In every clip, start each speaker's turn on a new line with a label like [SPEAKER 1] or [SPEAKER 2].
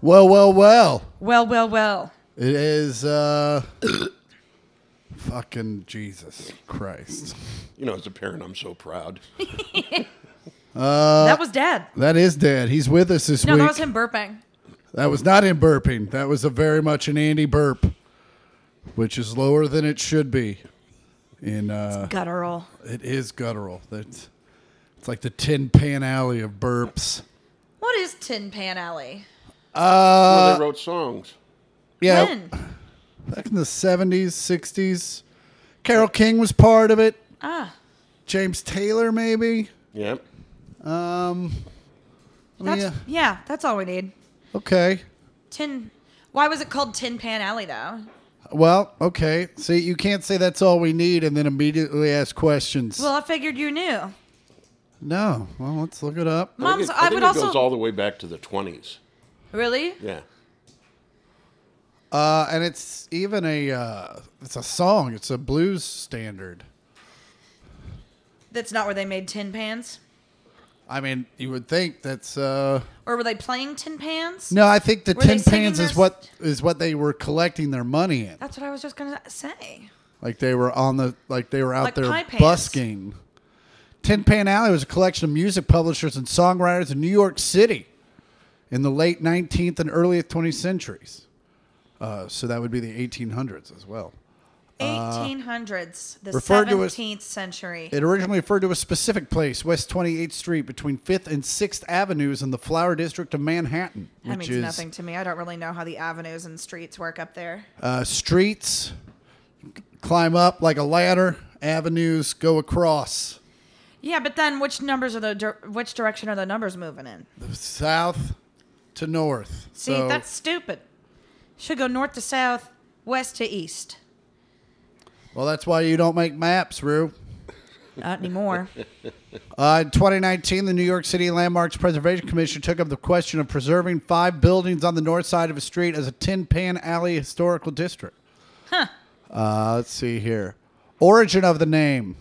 [SPEAKER 1] Well, well, well.
[SPEAKER 2] Well, well, well.
[SPEAKER 1] It is uh fucking Jesus Christ.
[SPEAKER 3] You know, as a parent, I'm so proud.
[SPEAKER 1] Uh,
[SPEAKER 2] that was Dad.
[SPEAKER 1] That is Dad. He's with us this
[SPEAKER 2] No,
[SPEAKER 1] week.
[SPEAKER 2] that was him burping.
[SPEAKER 1] That was not him burping. That was a very much an Andy burp, which is lower than it should be. In uh
[SPEAKER 2] Guttural.
[SPEAKER 1] it is guttural. That's it's like the tin pan alley of burps.
[SPEAKER 2] What is Tin Pan Alley?
[SPEAKER 3] Well, they wrote songs.
[SPEAKER 1] Yeah. Oh,
[SPEAKER 2] When?
[SPEAKER 1] Back in the seventies, sixties. Carol King was part of it.
[SPEAKER 2] Ah,
[SPEAKER 1] James Taylor maybe.
[SPEAKER 3] Yep.
[SPEAKER 1] Um
[SPEAKER 2] that's,
[SPEAKER 1] yeah.
[SPEAKER 2] yeah. that's all we need.
[SPEAKER 1] Okay.
[SPEAKER 2] Tin. Why was it called Tin Pan Alley though?
[SPEAKER 1] Well, okay. See, you can't say that's all we need and then immediately ask questions.
[SPEAKER 2] Well, I figured you knew.
[SPEAKER 1] no. Well, let's look it up.
[SPEAKER 3] I think
[SPEAKER 2] Mom's.
[SPEAKER 3] it,
[SPEAKER 2] I,
[SPEAKER 3] think
[SPEAKER 2] would
[SPEAKER 3] it
[SPEAKER 2] also.
[SPEAKER 3] goes all the way back to the 20s.
[SPEAKER 2] really?
[SPEAKER 3] Yeah.
[SPEAKER 1] Uh, and it's even a uh, it's a song. It's a blues standard.
[SPEAKER 2] That's not where they made tin pans,
[SPEAKER 1] I mean, you would think that's uh,
[SPEAKER 2] or were they playing tin pans?
[SPEAKER 1] no. I think the
[SPEAKER 2] Were they
[SPEAKER 1] Tin
[SPEAKER 2] singing
[SPEAKER 1] Pans
[SPEAKER 2] their
[SPEAKER 1] is what is what they were collecting their money in.
[SPEAKER 2] That's what I was just gonna say.
[SPEAKER 1] Like they were on the like they were out
[SPEAKER 2] Like pie
[SPEAKER 1] there
[SPEAKER 2] pans.
[SPEAKER 1] busking. Tin Pan Alley was a collection of music publishers and songwriters in New York City in the late 19th and early 20th centuries. Uh, so that would be the 1800s as well.
[SPEAKER 2] 1800s, the
[SPEAKER 1] referred Uh, to as-
[SPEAKER 2] 17th century.
[SPEAKER 1] It originally referred to a specific place, West 28th Street, between 5th and 6th Avenues in the Flower District of Manhattan,
[SPEAKER 2] That
[SPEAKER 1] which
[SPEAKER 2] means
[SPEAKER 1] is
[SPEAKER 2] nothing to me. I don't really know how the avenues and streets work up there.
[SPEAKER 1] uh, streets, climb up like a ladder, avenues, go across.
[SPEAKER 2] Yeah, but then which numbers are the dir- which direction are the numbers moving in?
[SPEAKER 1] south to north.
[SPEAKER 2] See,
[SPEAKER 1] So-
[SPEAKER 2] that's stupid. Should go north to south, west to east.
[SPEAKER 1] well. That's why you don't make maps, Rue.
[SPEAKER 2] Not anymore.
[SPEAKER 1] Uh, in 2019, the New York City Landmarks Preservation Commission took up the question of preserving five buildings on the north side of a street as a Tin Pan Alley historical district. Huh. Uh, let's see here. Origin of the name.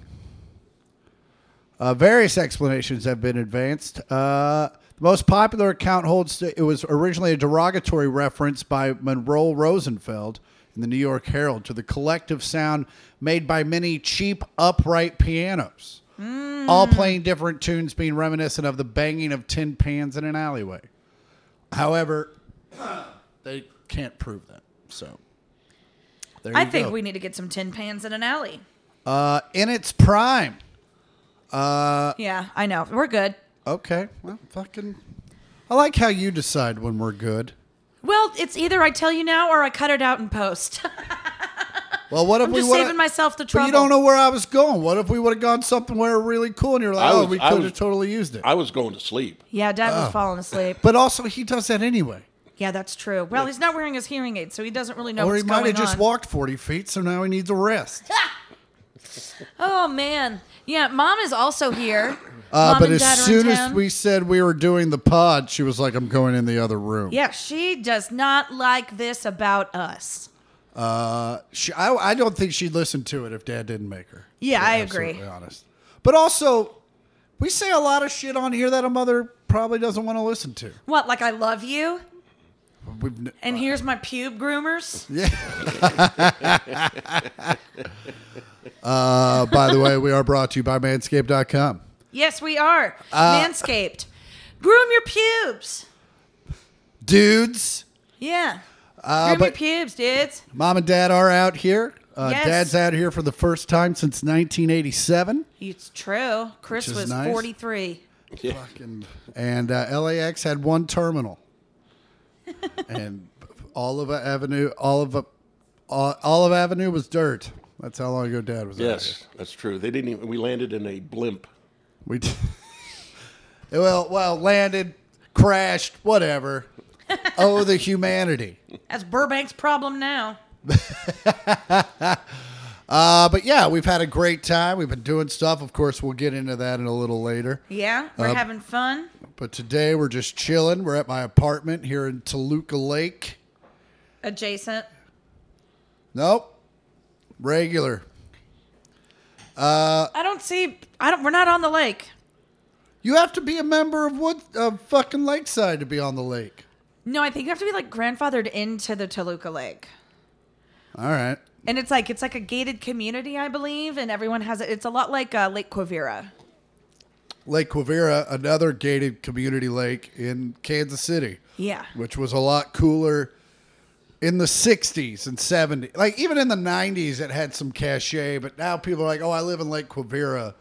[SPEAKER 1] Uh, various explanations have been advanced. Uh, the most popular account holds that it was originally a derogatory reference by Monroe Rosenfeld in the New York Herald to the collective sound made by many cheap upright pianos,
[SPEAKER 2] Mm.
[SPEAKER 1] all playing different tunes, being reminiscent of the banging of tin pans in an alleyway. However, they can't prove that. So, there
[SPEAKER 2] I
[SPEAKER 1] you
[SPEAKER 2] think
[SPEAKER 1] go.
[SPEAKER 2] we need to get some tin pans in an alley.
[SPEAKER 1] uh, in its prime. Uh,
[SPEAKER 2] Yeah, I know. We're good.
[SPEAKER 1] Okay. Well, fucking. I like how you decide when we're good.
[SPEAKER 2] Well, it's either I tell you now or I cut it out in post.
[SPEAKER 1] Well, what if
[SPEAKER 2] I'm
[SPEAKER 1] we
[SPEAKER 2] just
[SPEAKER 1] woulda-
[SPEAKER 2] saving myself the
[SPEAKER 1] But
[SPEAKER 2] trouble.
[SPEAKER 1] you don't know where I was going. What if we would have gone somewhere really cool and you're like,
[SPEAKER 3] I
[SPEAKER 1] oh,
[SPEAKER 3] was-
[SPEAKER 1] we
[SPEAKER 3] I
[SPEAKER 1] could
[SPEAKER 3] was-
[SPEAKER 1] have totally used it.
[SPEAKER 3] I was going to sleep.
[SPEAKER 2] Yeah, Dad
[SPEAKER 1] Oh.
[SPEAKER 2] was falling asleep.
[SPEAKER 1] but also, he does that anyway.
[SPEAKER 2] Yeah, that's true. Well, he's not wearing his hearing aids, so he doesn't really know
[SPEAKER 1] or
[SPEAKER 2] what's
[SPEAKER 1] he might have
[SPEAKER 2] going
[SPEAKER 1] just
[SPEAKER 2] on.
[SPEAKER 1] walked 40 feet, so now he needs a rest. Uh,
[SPEAKER 2] oh man, yeah. Mom is also here.
[SPEAKER 1] Uh,
[SPEAKER 2] Mom
[SPEAKER 1] but
[SPEAKER 2] and
[SPEAKER 1] as
[SPEAKER 2] Dad are in
[SPEAKER 1] soon as
[SPEAKER 2] town.
[SPEAKER 1] we said we were doing the pod, she was like, I'm going in the other room.
[SPEAKER 2] yeah, she does not like this about us.
[SPEAKER 1] Uh, She, I, I don't think she'd listen to it if dad didn't make her.
[SPEAKER 2] Yeah, I
[SPEAKER 1] absolutely
[SPEAKER 2] agree.
[SPEAKER 1] Honest. But also, we say a lot of shit on here that a mother probably doesn't want to listen to.
[SPEAKER 2] What? Like I love you,
[SPEAKER 1] We've, n-
[SPEAKER 2] and here's my pube groomers.
[SPEAKER 1] uh, by the way, we are brought to you by manscaped.com.
[SPEAKER 2] Yes, we are
[SPEAKER 1] Uh,
[SPEAKER 2] manscaped. Groom your pubes.
[SPEAKER 1] Dudes,
[SPEAKER 2] Yeah. Groom
[SPEAKER 1] Uh, but-
[SPEAKER 2] your pubes, dudes.
[SPEAKER 1] mom and dad are out here. Uh,
[SPEAKER 2] Yes.
[SPEAKER 1] Dad's out here for the first time since 1987.
[SPEAKER 2] It's true. Chris
[SPEAKER 1] Which is
[SPEAKER 2] was
[SPEAKER 1] nice.
[SPEAKER 2] 43.
[SPEAKER 1] Fucking. And uh, LAX had one terminal. and Oliva Avenue, Oliva, uh, Olive Avenue was dirt. That's how long ago Dad was. out here.
[SPEAKER 3] Yes, that's true. They didn't even. We landed in a blimp.
[SPEAKER 1] we. d- well, well, landed, crashed, whatever. oh, the humanity.
[SPEAKER 2] That's Burbank's problem now.
[SPEAKER 1] Uh, but yeah, we've had a great time. We've been doing stuff. Of course, we'll get into that in a little later.
[SPEAKER 2] Yeah, we're
[SPEAKER 1] Uh,
[SPEAKER 2] having fun.
[SPEAKER 1] But today we're just chilling. We're at my apartment here in Toluca Lake.
[SPEAKER 2] Adjacent.
[SPEAKER 1] Nope. Regular. uh,
[SPEAKER 2] I don't see. I don't. We're not on the lake.
[SPEAKER 1] You have to be a member of what of fucking Lakeside to be on the lake.
[SPEAKER 2] No, I think you have to be like grandfathered into the Toluca Lake.
[SPEAKER 1] All right.
[SPEAKER 2] And it's like it's like a gated community, I believe, and everyone has it. It's a lot like uh, Lake Quivira.
[SPEAKER 1] Lake Quivira, another gated community lake in Kansas City.
[SPEAKER 2] Yeah.
[SPEAKER 1] Which was a lot cooler in the 60s and 70s. Like even in the 90s, it had some cachet, but now people are like, oh, I live in Lake Quivira.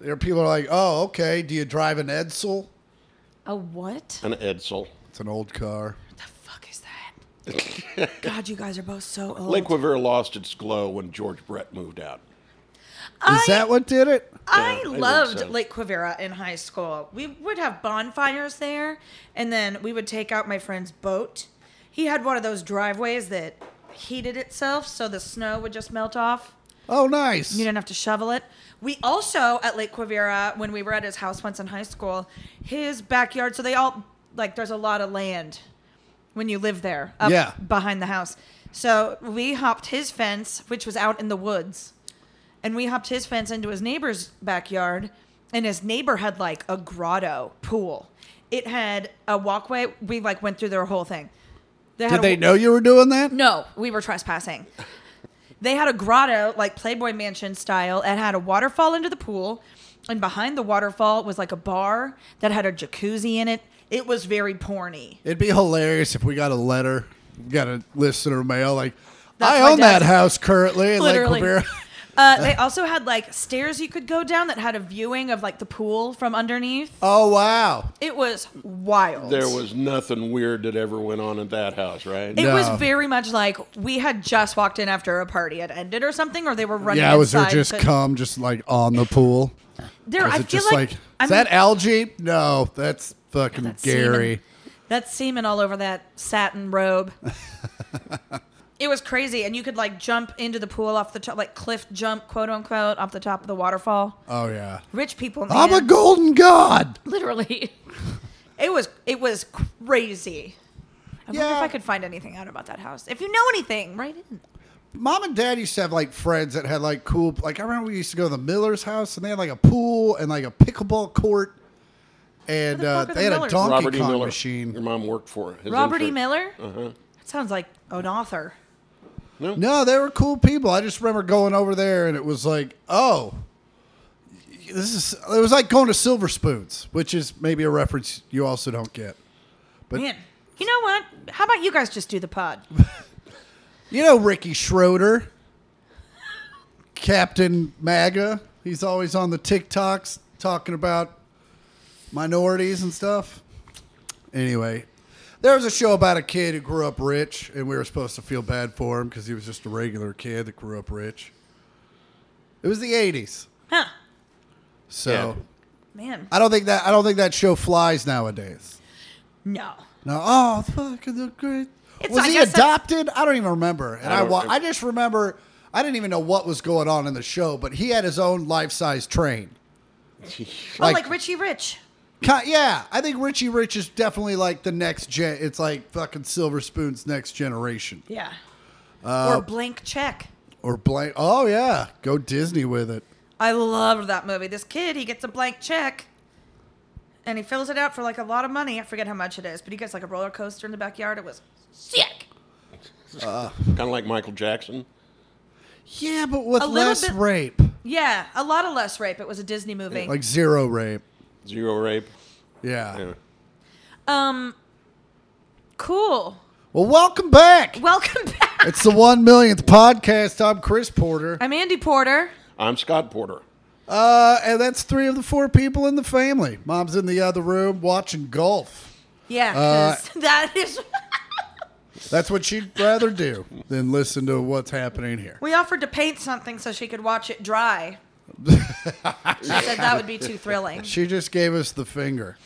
[SPEAKER 1] There are people are like, oh, okay, do you drive an Edsel?
[SPEAKER 2] A what?
[SPEAKER 3] An Edsel.
[SPEAKER 1] It's an old car.
[SPEAKER 2] The fuck is that? God, you guys are both so old.
[SPEAKER 3] Lake Quivira lost its glow when George Brett moved out.
[SPEAKER 1] Is that what did it?
[SPEAKER 2] I
[SPEAKER 3] I think
[SPEAKER 2] loved
[SPEAKER 3] so.
[SPEAKER 2] Lake Quivira in high school. We would have bonfires there, and then we would take out my friend's boat. He had one of those driveways that heated itself, so the snow would just melt off.
[SPEAKER 1] Oh, nice.
[SPEAKER 2] You didn't have to shovel it. We also at Lake Quivira, when we were at his house once in high school, his backyard. So they all like there's a lot of land when you live there, up
[SPEAKER 1] Yeah.
[SPEAKER 2] behind the house. So we hopped his fence, which was out in the woods, and we hopped his fence into his neighbor's backyard. And his neighbor had like a grotto pool. It had a walkway. We like went through their whole thing. They had
[SPEAKER 1] did
[SPEAKER 2] a-
[SPEAKER 1] they know you were doing that?
[SPEAKER 2] no, we were trespassing. they had a grotto, like Playboy Mansion style, and had a waterfall into the pool. And behind the waterfall was like a bar that had a jacuzzi in it. It was very porny.
[SPEAKER 1] It'd be hilarious if we got a letter, got a listener mail like,
[SPEAKER 2] That's
[SPEAKER 1] I
[SPEAKER 2] my
[SPEAKER 1] own that
[SPEAKER 2] dad's-
[SPEAKER 1] house currently in
[SPEAKER 2] Literally.
[SPEAKER 1] Lake Quivira.
[SPEAKER 2] Uh, they also had like stairs you could go down that had a viewing of like the pool from underneath.
[SPEAKER 1] Oh, wow.
[SPEAKER 2] It was wild.
[SPEAKER 3] There was nothing weird that ever went on at that house, right?
[SPEAKER 2] It was
[SPEAKER 1] No.
[SPEAKER 2] very much like we had just walked in after a party had ended or something, or they were running.
[SPEAKER 1] Yeah, was there
[SPEAKER 2] inside,
[SPEAKER 1] just
[SPEAKER 2] but
[SPEAKER 1] cum just like on the pool?
[SPEAKER 2] There,
[SPEAKER 1] Is
[SPEAKER 2] I
[SPEAKER 1] it
[SPEAKER 2] feel
[SPEAKER 1] just like,
[SPEAKER 2] like,
[SPEAKER 1] is
[SPEAKER 2] I mean-
[SPEAKER 1] that algae? No, that's fucking
[SPEAKER 2] That
[SPEAKER 1] Gary.
[SPEAKER 2] Semen, that semen all over that satin robe. it was crazy, and you could like jump into the pool off the top, like cliff jump, quote unquote, off the top of the waterfall.
[SPEAKER 1] Oh yeah.
[SPEAKER 2] Rich people, man.
[SPEAKER 1] I'm a golden god.
[SPEAKER 2] literally. it was it was crazy. I wonder
[SPEAKER 1] Yeah.
[SPEAKER 2] if I could find anything out about that house. If you know anything, write in.
[SPEAKER 1] Mom and Dad used to have like friends that had like cool. Like I remember we used to go to the Miller's house and they had like a pool and like a pickleball court, and
[SPEAKER 2] the
[SPEAKER 1] uh,
[SPEAKER 2] fuck are
[SPEAKER 1] they
[SPEAKER 2] the
[SPEAKER 1] had
[SPEAKER 2] Millers?
[SPEAKER 1] a Donkey
[SPEAKER 3] Robert E.
[SPEAKER 1] Kong
[SPEAKER 3] Miller. Your
[SPEAKER 1] machine.
[SPEAKER 3] mom worked for his
[SPEAKER 2] Robert E.
[SPEAKER 3] intern.
[SPEAKER 2] Miller. That sounds like an author.
[SPEAKER 1] No, they were cool people. I just remember going over there and it was like, oh, this is. It was like going to Silver Spoons, which is maybe a reference you also don't get. But-
[SPEAKER 2] Man, you know what? How about you guys just do the pod?
[SPEAKER 1] You know Ricky Schroeder, Captain MAGA. He's always on the TikToks talking about minorities and stuff. Anyway, there was a show about a kid who grew up rich, and we were supposed to feel bad for him because he was just a regular kid that grew up rich. It was the '80s,
[SPEAKER 2] Huh?
[SPEAKER 1] so
[SPEAKER 3] Yeah.
[SPEAKER 2] Man,
[SPEAKER 1] I don't think that I don't think that show flies nowadays.
[SPEAKER 2] no.
[SPEAKER 1] No, oh fuck, it's so great.
[SPEAKER 2] It's-
[SPEAKER 1] was
[SPEAKER 2] I
[SPEAKER 1] he
[SPEAKER 2] guess that's-
[SPEAKER 1] adopted? I don't even remember. And
[SPEAKER 3] I
[SPEAKER 1] I,
[SPEAKER 3] don't
[SPEAKER 1] wa-
[SPEAKER 3] remember.
[SPEAKER 1] I just remember I didn't even know what was going on in the show, but he had his own life size train.
[SPEAKER 2] Oh,
[SPEAKER 1] Like-
[SPEAKER 2] like, Richie Rich.
[SPEAKER 1] Ki- Yeah, I think Richie Rich is definitely like the next gen. It's like fucking Silver Spoon's next generation
[SPEAKER 2] Yeah.
[SPEAKER 1] Uh,
[SPEAKER 2] or Blank Check.
[SPEAKER 1] or blank. Oh yeah, go Disney with it.
[SPEAKER 2] I loved that movie. This kid, he gets a blank check and he fills it out for like a lot of money. I forget how much it is, but he gets like a roller coaster in the backyard. It was sick.
[SPEAKER 3] kind of like Michael Jackson.
[SPEAKER 1] Yeah, but with
[SPEAKER 2] A little
[SPEAKER 1] less
[SPEAKER 2] bit-
[SPEAKER 1] rape,
[SPEAKER 2] Yeah, a lot of less rape. It was a Disney movie.
[SPEAKER 1] like zero rape.
[SPEAKER 3] Zero rape.
[SPEAKER 1] Yeah.
[SPEAKER 3] Yeah.
[SPEAKER 2] um, cool.
[SPEAKER 1] Well, welcome back.
[SPEAKER 2] Welcome back.
[SPEAKER 1] it's the one millionth podcast. I'm Chris Porter.
[SPEAKER 2] I'm Andy Porter.
[SPEAKER 3] I'm Scott Porter.
[SPEAKER 1] Uh, and that's three of the four people in the family. Mom's in the other room watching golf.
[SPEAKER 2] Yeah, 'cause that is.
[SPEAKER 1] That's what she'd rather do than listen to what's happening here.
[SPEAKER 2] we offered to paint something so she could watch it dry. she said that would be too thrilling.
[SPEAKER 1] She just gave us the finger.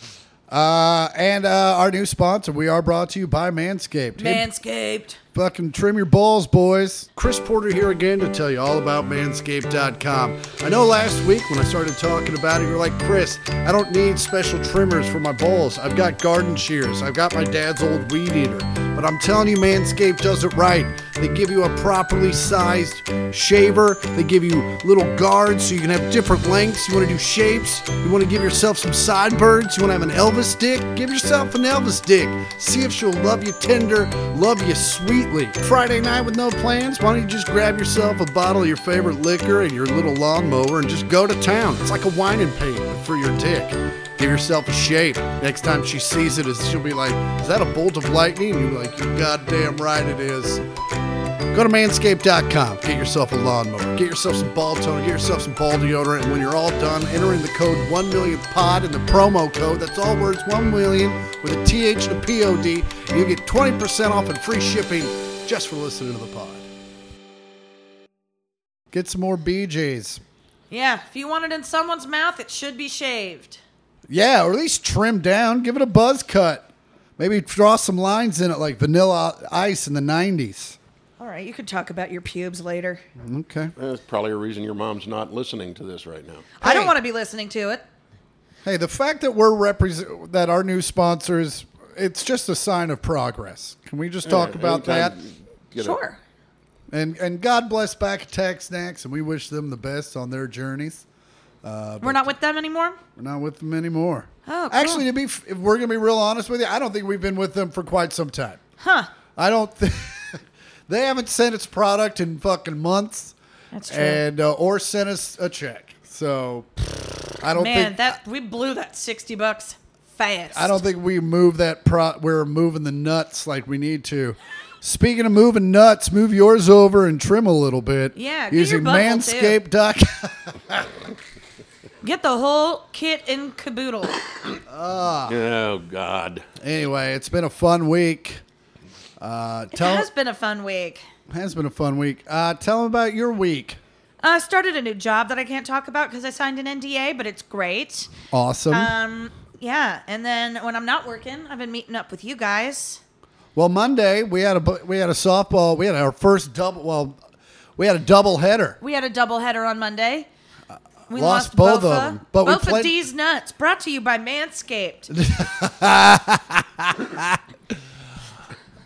[SPEAKER 1] Uh, and uh, our new sponsor, we are brought to you by Manscaped. Hit-
[SPEAKER 2] Manscaped.
[SPEAKER 1] Fucking trim your balls, boys. Chris Porter here again to tell you all about manscaped.com. I know last week when I started talking about it, you're like, Chris, I don't need special trimmers for my balls. I've got garden shears, I've got my dad's old weed eater. But I'm telling you, Manscaped does it right. They give you a properly sized shaver, they give you little guards so you can have different lengths. You want to do shapes, you want to give yourself some sideburns, you want to have an Elvis dick, give yourself an Elvis dick. See if she'll love you tender, love you sweetly. Friday night with no plans, why don't you just grab yourself a bottle of your favorite liquor and your little lawnmower and just go to town? It's like a wine and paint for your dick. Give yourself a shave. Next time she sees it, she'll be like, Is that a bolt of lightning? And you're like, You're goddamn right it is. Go to manscaped.com, get yourself a lawnmower, get yourself some ball toner, get yourself some ball deodorant, and when you're all done, enter in the code 1 million pod in the promo code. That's all words 1 million with a TH and a POD. You get 20% off and free shipping just for listening to the pod. Get some more BJs.
[SPEAKER 2] Yeah, if you want it in someone's mouth, it should be shaved.
[SPEAKER 1] Yeah, or at least trim down, give it a buzz cut. Maybe draw some lines in it like vanilla ice in the 90s.
[SPEAKER 2] All right, you could talk about your pubes later.
[SPEAKER 1] Okay.
[SPEAKER 3] That's probably a reason your mom's not listening to this right now.
[SPEAKER 2] I don't
[SPEAKER 1] Hey.
[SPEAKER 2] want to be listening to it.
[SPEAKER 1] Hey, the fact that we're represent that our new sponsors, it's just a sign of progress. Can we just talk
[SPEAKER 3] Yeah,
[SPEAKER 1] about that?
[SPEAKER 3] anytime you get a-
[SPEAKER 2] Sure.
[SPEAKER 1] And and God bless Back Attack Snacks, and we wish them the best on their journeys.
[SPEAKER 2] We're not with them anymore?
[SPEAKER 1] We're not with them anymore.
[SPEAKER 2] Oh, cool.
[SPEAKER 1] actually, to be f- if we're gonna be real honest with you, I don't think we've been with them for quite some time.
[SPEAKER 2] Huh.
[SPEAKER 1] I don't. Th- they haven't sent its product in fucking months,
[SPEAKER 2] That's true.
[SPEAKER 1] and uh, or sent us a check. So I don't
[SPEAKER 2] Man,
[SPEAKER 1] think
[SPEAKER 2] that we blew that 60 bucks fast.
[SPEAKER 1] I don't think we move that pro. We're moving the nuts like we need to. Speaking of moving nuts, move yours over and trim a little bit.
[SPEAKER 2] Yeah, get your
[SPEAKER 1] using
[SPEAKER 2] butthole, too.
[SPEAKER 1] Manscaped.com.
[SPEAKER 2] Get the whole kit and caboodle.
[SPEAKER 3] Oh God.
[SPEAKER 1] anyway, it's been a fun week. Uh,
[SPEAKER 2] It
[SPEAKER 1] tell
[SPEAKER 2] has been a fun week.
[SPEAKER 1] has been a fun week. Uh, tell them about your week.
[SPEAKER 2] I started a new job that I can't talk about because I signed an NDA, but it's great.
[SPEAKER 1] Awesome.
[SPEAKER 2] Um, yeah, and then when I'm not working, I've been meeting up with you guys.
[SPEAKER 1] well, Monday we had a bu- we had a softball. We had our first double. Well, we had a double header.
[SPEAKER 2] We had a doubleheader on Monday. We
[SPEAKER 1] Lost
[SPEAKER 2] lost,
[SPEAKER 1] both of
[SPEAKER 2] Bofa.
[SPEAKER 1] them, but we
[SPEAKER 2] Bofa
[SPEAKER 1] played-
[SPEAKER 2] D's nuts. Brought to you by Manscaped.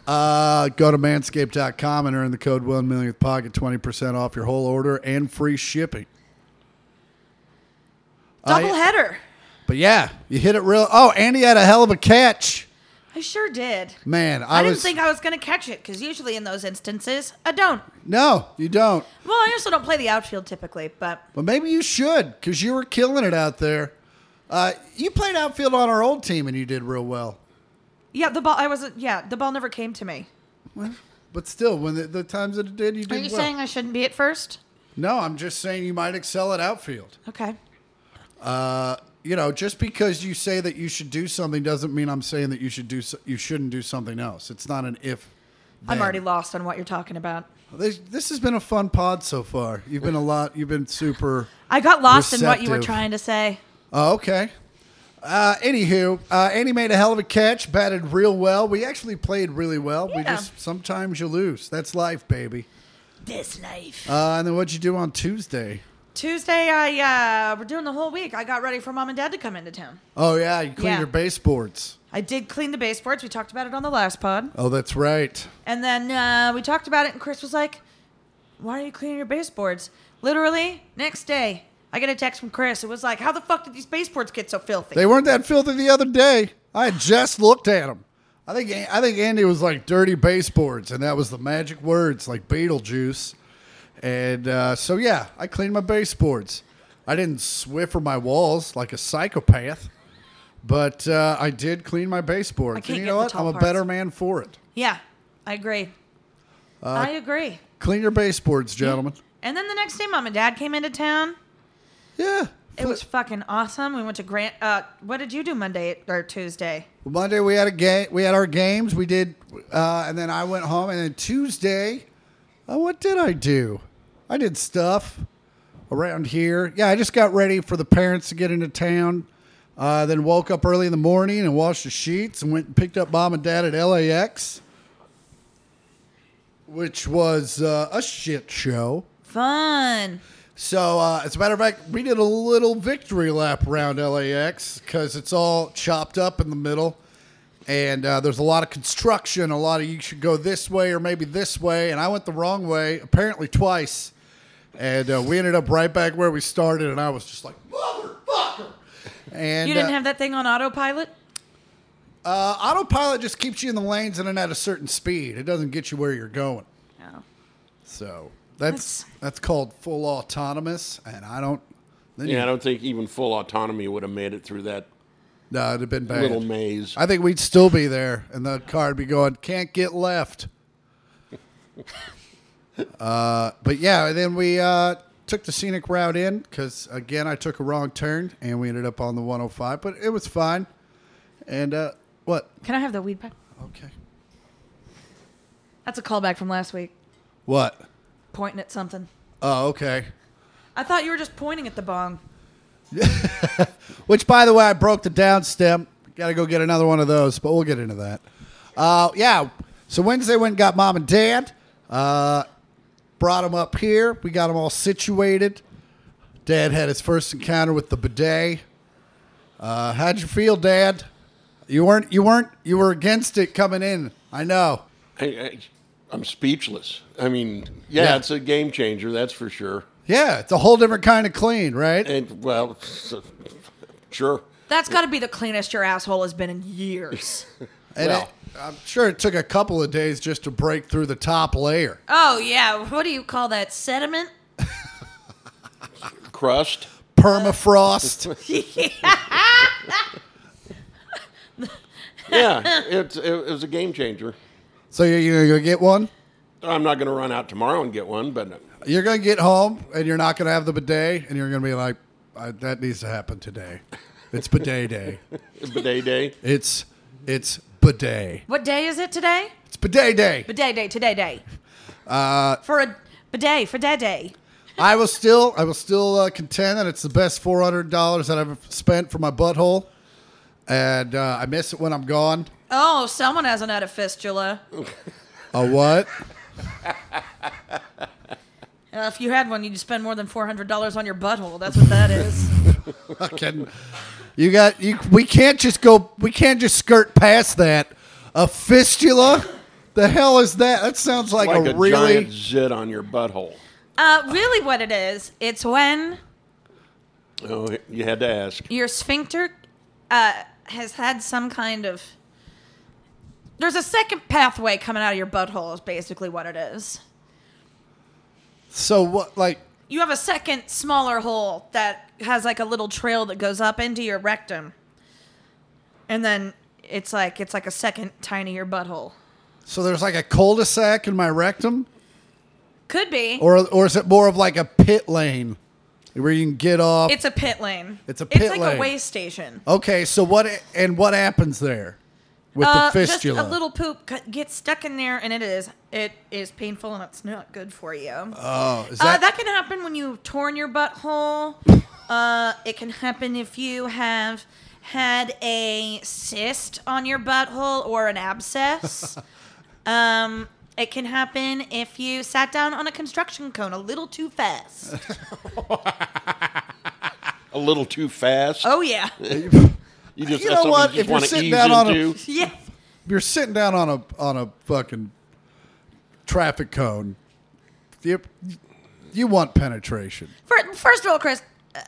[SPEAKER 1] Uh, go to manscaped.com and earn the code 1 millionth pocket 20% off your whole order and free shipping. Uh, yeah.
[SPEAKER 2] Doubleheader.
[SPEAKER 1] But yeah, you hit it real. Oh, Andy had a hell of a catch.
[SPEAKER 2] I sure did.
[SPEAKER 1] Man, I,
[SPEAKER 2] I, didn't
[SPEAKER 1] was,
[SPEAKER 2] think I was going to catch it because usually in those instances, I don't.
[SPEAKER 1] No, you don't.
[SPEAKER 2] Well, I also don't play the outfield typically, but
[SPEAKER 1] But maybe you should because you were killing it out there. Uh, you played outfield on our old team and you did real well.
[SPEAKER 2] yeah, the ball. I wasn't. Yeah, the ball never came to me.
[SPEAKER 1] But still, when the, the times that it did, you
[SPEAKER 2] Are
[SPEAKER 1] did
[SPEAKER 2] you
[SPEAKER 1] well.
[SPEAKER 2] saying I shouldn't be at first?
[SPEAKER 1] no, I'm just saying you might excel at outfield.
[SPEAKER 2] Okay.
[SPEAKER 1] You know, just because you say that you should do something doesn't mean I'm saying that you should do so, you shouldn't do something else. It's not an if.
[SPEAKER 2] I'm
[SPEAKER 1] then.
[SPEAKER 2] already lost on what you're talking about.
[SPEAKER 1] This, this has been a fun pod so far. You've been a lot. You've been super.
[SPEAKER 2] I got lost in what you were
[SPEAKER 1] Receptive.
[SPEAKER 2] trying to say.
[SPEAKER 1] Oh, okay. Uh, anywho, uh, Andy made a hell of a catch, batted real well. We actually played really well. We
[SPEAKER 2] Yeah.
[SPEAKER 1] just sometimes you lose. That's life, baby.
[SPEAKER 2] This life.
[SPEAKER 1] Uh, and then what'd you do on Tuesday?
[SPEAKER 2] Tuesday, I uh, we're doing the whole week. I got ready for mom and dad to come into town.
[SPEAKER 1] Oh yeah, you cleaned
[SPEAKER 2] Yeah.
[SPEAKER 1] your baseboards.
[SPEAKER 2] I did clean the baseboards. We talked about it on the last pod,
[SPEAKER 1] Oh, that's right.
[SPEAKER 2] and then uh, we talked about it. And Chris was like, "Why are you cleaning your baseboards?" Literally, next day, I get a text from Chris. It was like, "How the fuck did these baseboards get so filthy?"
[SPEAKER 1] They weren't that filthy the other day. I had just looked at them. I think I think Andy was like dirty baseboards, and that was the magic words like Beetlejuice. And uh, so yeah, I cleaned my baseboards. I didn't swiffer my walls like a psychopath, but uh, I did clean my baseboards.
[SPEAKER 2] I can't
[SPEAKER 1] and you
[SPEAKER 2] get
[SPEAKER 1] know
[SPEAKER 2] the
[SPEAKER 1] what?
[SPEAKER 2] top
[SPEAKER 1] I'm a
[SPEAKER 2] parts.
[SPEAKER 1] better man for it.
[SPEAKER 2] yeah, I agree. I agree.
[SPEAKER 1] Clean your baseboards, gentlemen.
[SPEAKER 2] And then the next day, mom and dad came into town.
[SPEAKER 1] Yeah.
[SPEAKER 2] It was fucking awesome. We went to Grant. Uh, what did you do Monday or Tuesday?
[SPEAKER 1] Monday we had a game. We had our games. We did, uh, and then I went home. And then Tuesday, uh, what did I do? I did stuff around here. Yeah, I just got ready for the parents to get into town. Uh, then woke up early in the morning and washed the sheets and went and picked up mom and dad at LAX. which was uh, a shit show.
[SPEAKER 2] Fun.
[SPEAKER 1] So, uh, as a matter of fact, we did a little victory lap around LAX because it's all chopped up in the middle. And uh, there's a lot of construction, a lot of you should go this way or maybe this way. And I went the wrong way, apparently twice. And uh, we ended up right back where we started. And I was just like, motherfucker. And
[SPEAKER 2] You didn't
[SPEAKER 1] uh,
[SPEAKER 2] have that thing on autopilot?
[SPEAKER 1] uh, autopilot just keeps you in the lanes and then at a certain speed, it doesn't get you where you're going.
[SPEAKER 2] No.
[SPEAKER 1] So that's that's,
[SPEAKER 2] That's-
[SPEAKER 1] called full autonomous, and I don't. Then
[SPEAKER 3] Yeah, I
[SPEAKER 1] you,
[SPEAKER 3] don't think even full autonomy would have made it through that
[SPEAKER 1] no, it'd have been bad.
[SPEAKER 3] little maze.
[SPEAKER 1] I think we'd still be there, and the car would be going, can't get left. uh, but yeah, then we uh, took the scenic route in because, again, I took a wrong turn and we ended up on the 105, but it was fine. And uh, what?
[SPEAKER 2] Can I have the weed pack?
[SPEAKER 1] Okay.
[SPEAKER 2] That's a callback from last week.
[SPEAKER 1] What?
[SPEAKER 2] Pointing at something.
[SPEAKER 1] Oh, okay.
[SPEAKER 2] I thought you were just pointing at the bong.
[SPEAKER 1] Which, by the way, I broke the down stem. Got to go get another one of those, but we'll get into that. Uh, yeah. So Wednesday went and got mom and dad. Uh, brought them up here. We got them all situated. Dad had his first encounter with the bidet. Uh, how'd you feel, Dad? You weren't. You weren't. You were against it coming in. I know.
[SPEAKER 3] I, I, I'm speechless. I mean, yeah,
[SPEAKER 1] Yeah.
[SPEAKER 3] it's a game changer, that's for sure.
[SPEAKER 1] Yeah, it's a whole different kind of clean, right?
[SPEAKER 3] And well, sure.
[SPEAKER 2] That's got to be the cleanest your asshole has been in years.
[SPEAKER 1] And
[SPEAKER 3] well.
[SPEAKER 1] it- I'm sure it took a couple of days just to break through the top layer.
[SPEAKER 2] oh, yeah. What do you call that? Sediment?
[SPEAKER 3] Crust.
[SPEAKER 1] Permafrost.
[SPEAKER 3] Yeah, it's it, was a game changer.
[SPEAKER 1] So you're, you're gonna get one.
[SPEAKER 3] I'm not going to run out tomorrow and get one, but
[SPEAKER 1] You're gonna get home, and you're not gonna have the bidet, and you're gonna be like, I, "That needs to happen today. It's bidet day.
[SPEAKER 3] bidet day.
[SPEAKER 1] It's it's bidet.
[SPEAKER 2] What day is it today?
[SPEAKER 1] It's bidet day."
[SPEAKER 2] Bidet day, today day. Uh, for a bidet, for day day.
[SPEAKER 1] I will still I will still uh, contend that it's the best four hundred dollars that I've spent for my butthole, and uh, I miss it when I'm gone.
[SPEAKER 2] Oh, someone hasn't had a fistula.
[SPEAKER 1] A what?
[SPEAKER 2] Uh, if you had one, you'd spend more than $400 on your butthole. That's what that is.
[SPEAKER 1] Fucking. You got you. We can't just go. We can't just skirt past that. A fistula. The hell is that? That sounds like,
[SPEAKER 3] Like
[SPEAKER 1] a,
[SPEAKER 3] a,
[SPEAKER 1] really
[SPEAKER 3] giant zit on your butthole.
[SPEAKER 2] Uh, really, what it is, it's when
[SPEAKER 3] Oh, you had to ask.
[SPEAKER 2] your sphincter uh, has had some kind of. There's a second pathway coming out of your butthole, is basically what it is.
[SPEAKER 1] So what? Like
[SPEAKER 2] You have a second, smaller hole that has like a little trail that goes up into your rectum. And then it's like it's like a second tinier butthole.
[SPEAKER 1] so? There's like a cul-de-sac in my rectum,
[SPEAKER 2] Could be.
[SPEAKER 1] or or is it more of like a pit lane where you can get off?
[SPEAKER 2] it's a pit lane.
[SPEAKER 1] It's a pit
[SPEAKER 2] It's like
[SPEAKER 1] lane.
[SPEAKER 2] a way station.
[SPEAKER 1] okay. So what? And what happens there with
[SPEAKER 2] Uh,
[SPEAKER 1] the fistula?
[SPEAKER 2] Just a little poop c- gets stuck in there, and it is it is painful, and it's not good for you. Uh,
[SPEAKER 1] oh, is
[SPEAKER 2] that,
[SPEAKER 1] that,
[SPEAKER 2] can happen when you've torn your butthole. uh, it can happen if you have had a cyst on your butthole or an abscess. um, it can happen if you sat down on a construction cone a little too fast.
[SPEAKER 3] A little too fast.
[SPEAKER 2] oh yeah,
[SPEAKER 3] you just,
[SPEAKER 1] You
[SPEAKER 3] that's
[SPEAKER 1] know
[SPEAKER 3] something
[SPEAKER 1] what?
[SPEAKER 3] You
[SPEAKER 1] If you're
[SPEAKER 3] just want to
[SPEAKER 1] sitting
[SPEAKER 3] ease
[SPEAKER 1] down on a-
[SPEAKER 3] into.
[SPEAKER 2] yeah.
[SPEAKER 1] you're sitting down on a on a fucking traffic cone. You you want penetration?
[SPEAKER 2] Fir- First of all, Chris, uh,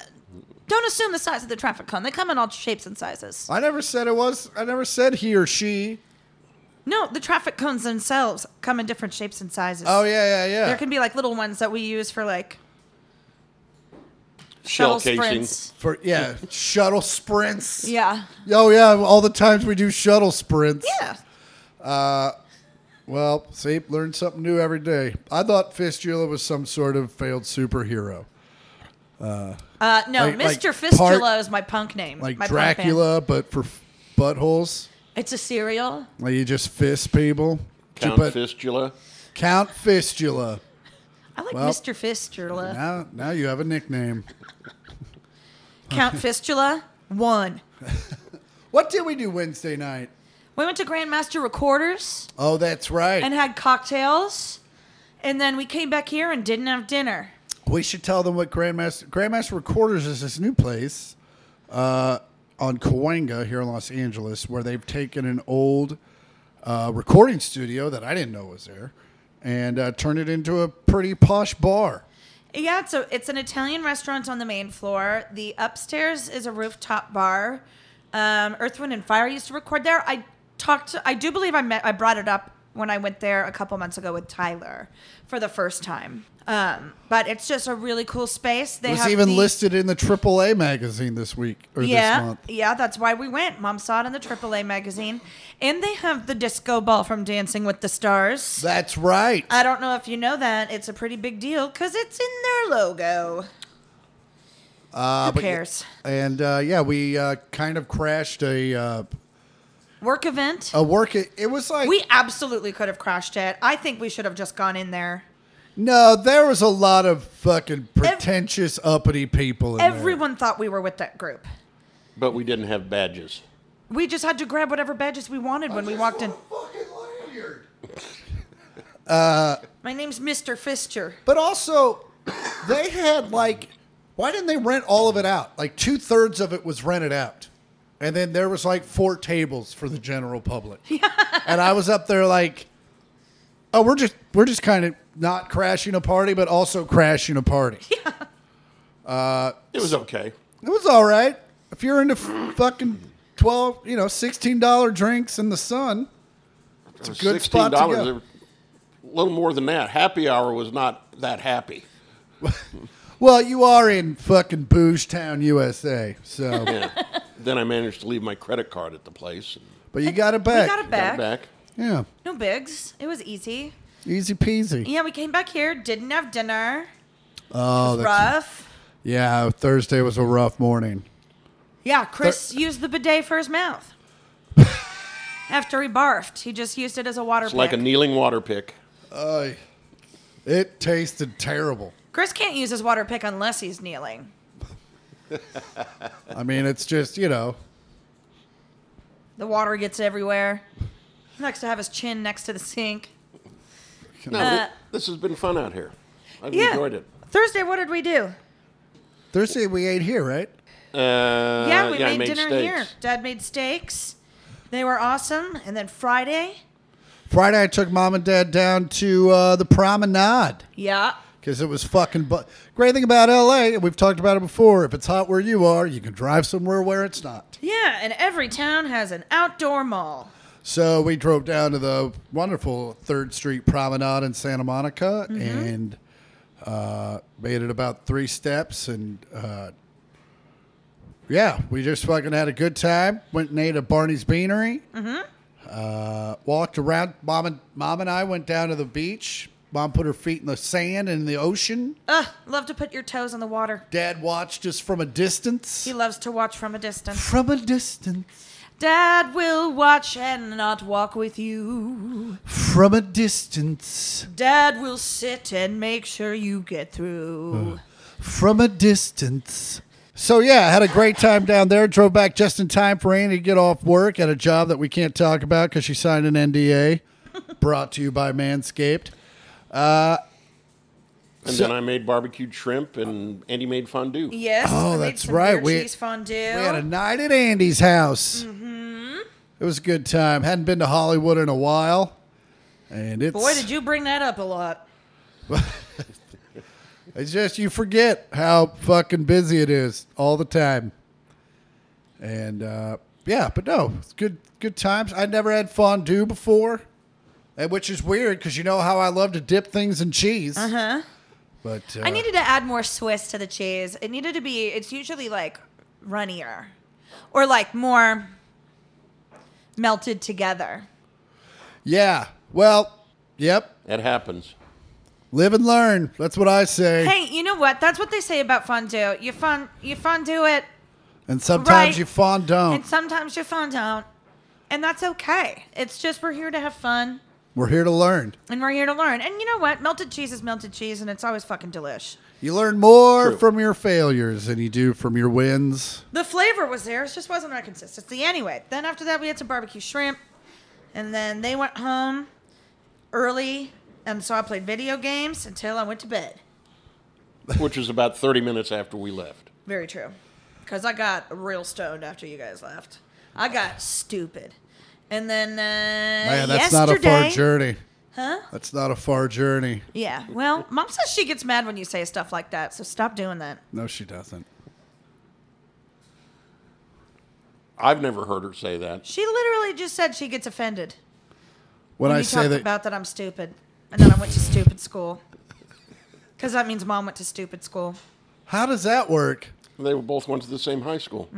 [SPEAKER 2] don't assume the size of the traffic cone. They come in all shapes and sizes.
[SPEAKER 1] I never said it was. I never said he or she.
[SPEAKER 2] No, the traffic cones themselves come in different shapes and sizes.
[SPEAKER 1] Oh yeah, yeah, yeah.
[SPEAKER 2] There can be like little ones that we use for like shuttle
[SPEAKER 3] Shell casing.
[SPEAKER 2] sprints.
[SPEAKER 1] For yeah, shuttle sprints.
[SPEAKER 2] Yeah.
[SPEAKER 1] Oh yeah, all the times we do shuttle sprints.
[SPEAKER 2] Yeah.
[SPEAKER 1] Well, see, learn something new every day. I thought Fistula was some sort of failed superhero,
[SPEAKER 2] Uh, no,
[SPEAKER 1] Like- like
[SPEAKER 2] Mr. Fistula
[SPEAKER 1] part-
[SPEAKER 2] is my punk name.
[SPEAKER 1] like
[SPEAKER 2] my punk band.
[SPEAKER 1] Dracula, but for f- buttholes.
[SPEAKER 2] It's a cereal.
[SPEAKER 1] Like you just fist people. But you
[SPEAKER 3] Count
[SPEAKER 1] put-
[SPEAKER 3] fistula.
[SPEAKER 1] Count Fistula.
[SPEAKER 2] I like
[SPEAKER 1] Well-
[SPEAKER 2] Mr. Fistula.
[SPEAKER 1] Now, now you have a nickname.
[SPEAKER 2] Count Fistula, one.
[SPEAKER 1] What did we do Wednesday night?
[SPEAKER 2] We went to Grandmaster Recorders
[SPEAKER 1] Oh, that's right.
[SPEAKER 2] and had cocktails And then we came back here and didn't have dinner.
[SPEAKER 1] We should tell them what Grandmaster Grandmaster Recorders is this new place uh, on Cahuenga here in Los Angeles where they've taken an old uh, recording studio that I didn't know was there and uh, turned it into a pretty posh bar.
[SPEAKER 2] Yeah, so it's an Italian restaurant on the main floor. The upstairs is a rooftop bar. Um, Earth, Wind, and Fire used to record there. I talked. I do believe I met. I brought it up when I went there a couple months ago with Tyler for the first time. Um, but it's just a really cool space. They
[SPEAKER 1] It was
[SPEAKER 2] have
[SPEAKER 1] even
[SPEAKER 2] the-
[SPEAKER 1] listed in the AAA magazine this week or
[SPEAKER 2] yeah,
[SPEAKER 1] this month.
[SPEAKER 2] yeah, that's why we went. Mom saw it in the AAA magazine, and they have the disco ball from Dancing with the Stars.
[SPEAKER 1] That's right.
[SPEAKER 2] I don't know if you know that. It's a pretty big deal because it's in their logo.
[SPEAKER 1] Uh,
[SPEAKER 2] Who
[SPEAKER 1] but yeah-
[SPEAKER 2] cares?
[SPEAKER 1] And uh, yeah, we uh, kind of crashed a uh,
[SPEAKER 2] Work event.
[SPEAKER 1] a work. It, it was like
[SPEAKER 2] We absolutely could have crashed it. I think we should have just gone in there.
[SPEAKER 1] no, there was a lot of fucking pretentious uppity people. In there.
[SPEAKER 2] Everyone thought we were with that group.
[SPEAKER 3] But we didn't have badges.
[SPEAKER 2] We just had to grab whatever badges we wanted when we walked in. My name's Mr. Fister.
[SPEAKER 1] But also, they had like, why didn't they rent all of it out? Like two thirds of it was rented out, and then there was like four tables for the general public. and I was up there like, oh, we're just we're just kind of not crashing a party, but also crashing a party.
[SPEAKER 3] It was okay.
[SPEAKER 1] It was all right. If you're into f- fucking 12, you know, $16 drinks in the sun,
[SPEAKER 3] It's a
[SPEAKER 1] good spot to go.
[SPEAKER 3] A little more than that. Happy hour was not that happy.
[SPEAKER 1] well, you are in fucking Bouge Town, USA. So,
[SPEAKER 3] Yeah. then I managed to leave my credit card at the place. and
[SPEAKER 1] but you got it
[SPEAKER 2] We
[SPEAKER 1] back.
[SPEAKER 2] got it
[SPEAKER 3] got
[SPEAKER 2] back.
[SPEAKER 3] it back.
[SPEAKER 1] Yeah.
[SPEAKER 2] No bigs. It was easy.
[SPEAKER 1] Easy peasy.
[SPEAKER 2] Yeah, we came back here, didn't have dinner.
[SPEAKER 1] oh, that's-
[SPEAKER 2] Rough.
[SPEAKER 1] yeah. Thursday was a rough morning.
[SPEAKER 2] Yeah, Chris used the bidet for his mouth. After he barfed, he just used it as a water
[SPEAKER 3] It's like a
[SPEAKER 2] pick.
[SPEAKER 3] kneeling water pick.
[SPEAKER 1] Uh, it tasted terrible.
[SPEAKER 2] Chris can't use his water pick unless he's kneeling.
[SPEAKER 1] I mean, it's just, you know,
[SPEAKER 2] The water gets everywhere. He likes to have his chin next to the sink.
[SPEAKER 3] No,
[SPEAKER 2] Uh,
[SPEAKER 3] thi- this has been fun out here. I've
[SPEAKER 2] Yeah.
[SPEAKER 3] enjoyed it.
[SPEAKER 2] Thursday, what did we do?
[SPEAKER 1] Thursday we ate here, right?
[SPEAKER 3] Uh,
[SPEAKER 2] yeah, we
[SPEAKER 3] I
[SPEAKER 2] made, dinner here.
[SPEAKER 3] steaks.
[SPEAKER 2] Dad made steaks. They were awesome. And then Friday,
[SPEAKER 1] Friday I took mom and dad down to uh, the promenade.
[SPEAKER 2] yeah.
[SPEAKER 1] because it was fucking. Bu- Great thing about LA, and we've talked about it before. If it's hot where you are, you can drive somewhere where it's not.
[SPEAKER 2] Yeah, and every town has an outdoor mall.
[SPEAKER 1] So we drove down to the wonderful Third Street Promenade in Santa Monica and uh, made it about three steps, and uh, yeah, we just fucking had a good time. Went and ate at Barney's Beanery. Uh, walked around. Mom and mom and I went down to the beach. Mom put her feet in the sand and the ocean.
[SPEAKER 2] Ugh, love to put your toes in the water.
[SPEAKER 1] Dad watched us from a distance.
[SPEAKER 2] He loves to watch from a distance.
[SPEAKER 1] From a distance.
[SPEAKER 2] Dad will watch and not walk with you.
[SPEAKER 1] From a distance.
[SPEAKER 2] Dad will sit and make sure you get through.
[SPEAKER 1] From a distance. So yeah, I had a great time down there. Drove back just in time for Annie to get off work at a job that we can't talk about because she signed an NDA. brought to you by Manscaped.
[SPEAKER 3] And
[SPEAKER 1] So-
[SPEAKER 3] then I made barbecued shrimp, and Andy made fondue.
[SPEAKER 2] Yes.
[SPEAKER 1] Oh,
[SPEAKER 2] I made
[SPEAKER 1] that's
[SPEAKER 2] some
[SPEAKER 1] right.
[SPEAKER 2] beer
[SPEAKER 1] We-
[SPEAKER 2] cheese fondue.
[SPEAKER 1] We had a night at Andy's house. Mm-hmm. It was a good time. Hadn't been to Hollywood in a while, and it's
[SPEAKER 2] Boy, did you bring that up a lot.
[SPEAKER 1] It's just you forget how fucking busy it is all the time. And uh, yeah, but no, it's good good times. I never had fondue before, and which is weird because you know how I love to dip things in cheese. Uh-huh. But, uh
[SPEAKER 2] I needed to add more Swiss to the cheese. It needed to be, it's usually like runnier or like more melted together.
[SPEAKER 1] Yeah. Well. Yep.
[SPEAKER 3] That happens.
[SPEAKER 1] Live and learn. That's what I say.
[SPEAKER 2] Hey, you know what? That's what they say about fondue. You fond, you fondue it,
[SPEAKER 1] and sometimes
[SPEAKER 2] right.
[SPEAKER 1] you fond don't.
[SPEAKER 2] and sometimes you fond don't. And that's okay. It's just we're here to have fun
[SPEAKER 1] We're here to learn.
[SPEAKER 2] and we're here to learn. And you know what? Melted cheese is melted cheese and it's always fucking delish.
[SPEAKER 1] You learn more
[SPEAKER 3] True.
[SPEAKER 1] from your failures than you do from your wins.
[SPEAKER 2] The flavor was there. It just wasn't our consistency. Anyway, then after that, we had some barbecue shrimp. And then they went home early. And so I played video games until I went to bed.
[SPEAKER 3] which was about 30 minutes after we left.
[SPEAKER 2] Very true. Because I got real stoned after you guys left. I got stupid. And then uh,
[SPEAKER 1] Man, that's
[SPEAKER 2] yesterday,
[SPEAKER 1] not a far journey.
[SPEAKER 2] Huh?
[SPEAKER 1] That's not a far journey.
[SPEAKER 2] Yeah. Well, mom says she gets mad when you say stuff like that, so stop doing that.
[SPEAKER 1] No, she doesn't.
[SPEAKER 3] I've never heard her say that.
[SPEAKER 2] She literally just said she gets offended
[SPEAKER 1] When,
[SPEAKER 2] when
[SPEAKER 1] I
[SPEAKER 2] you
[SPEAKER 1] say
[SPEAKER 2] talk
[SPEAKER 1] that,
[SPEAKER 2] about that I'm stupid, and then I went to stupid school. Because that means mom went to stupid school.
[SPEAKER 1] how does that work?
[SPEAKER 3] They were both went to the same high school.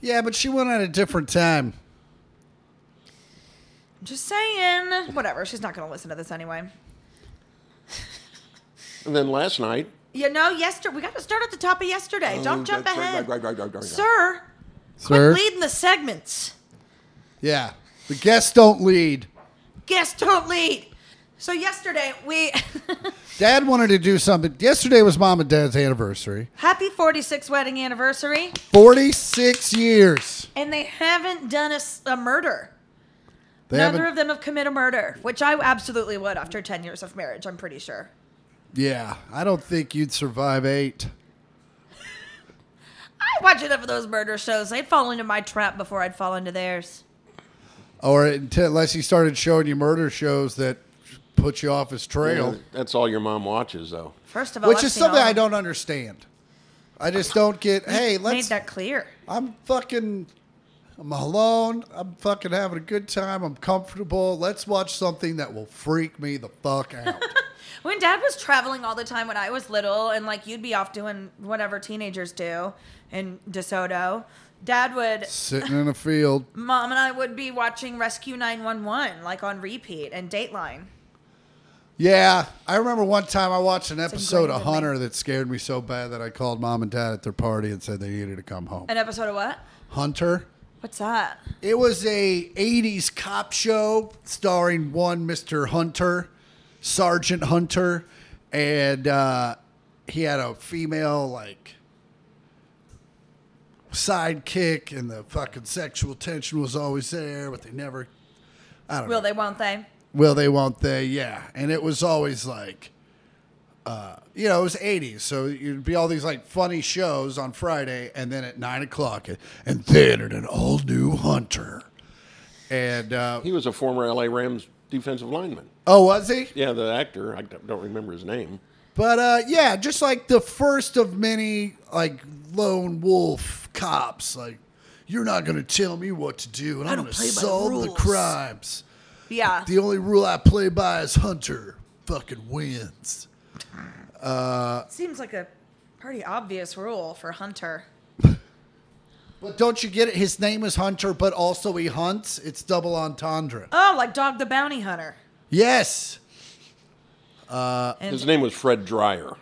[SPEAKER 1] Yeah, but she went at a different time.
[SPEAKER 2] I'm just saying. Whatever. She's not gonna listen to this anyway.
[SPEAKER 3] And then last night,
[SPEAKER 2] You know, yesterday we got to start at the top of yesterday. Don't jump
[SPEAKER 3] Oh, right, right,
[SPEAKER 2] ahead,
[SPEAKER 3] right, right, right, right.
[SPEAKER 2] sir.
[SPEAKER 1] Sir?
[SPEAKER 2] Quit leading the segments.
[SPEAKER 1] Yeah, the guests don't lead.
[SPEAKER 2] Guests don't lead. So yesterday we
[SPEAKER 1] Dad wanted to do something. Yesterday was mom and dad's anniversary.
[SPEAKER 2] happy 46 wedding anniversary,
[SPEAKER 1] 46 years.
[SPEAKER 2] and they haven't done a, s- a murder.
[SPEAKER 1] They
[SPEAKER 2] Neither
[SPEAKER 1] haven't-
[SPEAKER 2] of them have committed a murder, which I absolutely would after 10 years of marriage. I'm pretty sure.
[SPEAKER 1] Yeah, I don't think you'd survive eight.
[SPEAKER 2] I watch enough of those murder shows. They'd fall into my trap before I'd fall into theirs.
[SPEAKER 1] Or until, unless he started showing you murder shows that put you off his trail,
[SPEAKER 3] that's all your mom watches, though.
[SPEAKER 2] First of all,
[SPEAKER 1] which
[SPEAKER 2] I've
[SPEAKER 1] is
[SPEAKER 2] seen
[SPEAKER 1] something
[SPEAKER 2] all-
[SPEAKER 1] I don't understand. I just don't get. Hey,
[SPEAKER 2] made
[SPEAKER 1] let's.
[SPEAKER 2] that clear.
[SPEAKER 1] I'm fucking. I'm alone. I'm fucking having a good time. I'm comfortable. Let's watch something that will freak me the fuck out.
[SPEAKER 2] When dad was traveling all the time when I was little, and like you'd be off doing whatever teenagers do in DeSoto, dad would,
[SPEAKER 1] Sitting in a field.
[SPEAKER 2] mom and I would be watching Rescue 911, like on repeat, and Dateline.
[SPEAKER 1] Yeah, I remember one time I watched an episode of
[SPEAKER 2] ingrained in me.
[SPEAKER 1] Hunter that scared me so bad that I called mom and dad at their party and said they needed to come home.
[SPEAKER 2] An episode of what?
[SPEAKER 1] Hunter.
[SPEAKER 2] What's that?
[SPEAKER 1] It was a '80s cop show starring one Mr. Hunter, Sergeant Hunter, and uh, he had a female like sidekick, and the fucking sexual tension was always there, but they never. I don't
[SPEAKER 2] Will
[SPEAKER 1] know.
[SPEAKER 2] they, won't they?
[SPEAKER 1] Will they? Won't they? Yeah, and it was always like. Uh, you know, it was '80s, so you'd be all these like funny shows on Friday, and then at nine o'clock, and then at an all new Hunter, and uh,
[SPEAKER 3] He was a former LA Rams defensive lineman.
[SPEAKER 1] oh, was he?
[SPEAKER 3] Yeah, the actor, I don't don't remember his name.
[SPEAKER 1] But uh, yeah, just like the first of many like lone wolf cops, like you're not gonna tell me what to do, and I'm
[SPEAKER 2] don't
[SPEAKER 1] gonna
[SPEAKER 2] play by the
[SPEAKER 1] solve the
[SPEAKER 2] rules."
[SPEAKER 1] crimes.
[SPEAKER 2] Yeah.
[SPEAKER 1] The only rule I play by is Hunter fucking wins.
[SPEAKER 2] Seems like a pretty obvious rule for Hunter.
[SPEAKER 1] But don't you get it? His name is Hunter, but also he hunts. It's double entendre.
[SPEAKER 2] Oh, like Dog the Bounty Hunter.
[SPEAKER 1] Yes,
[SPEAKER 2] And
[SPEAKER 3] His name was Fred Dreyer.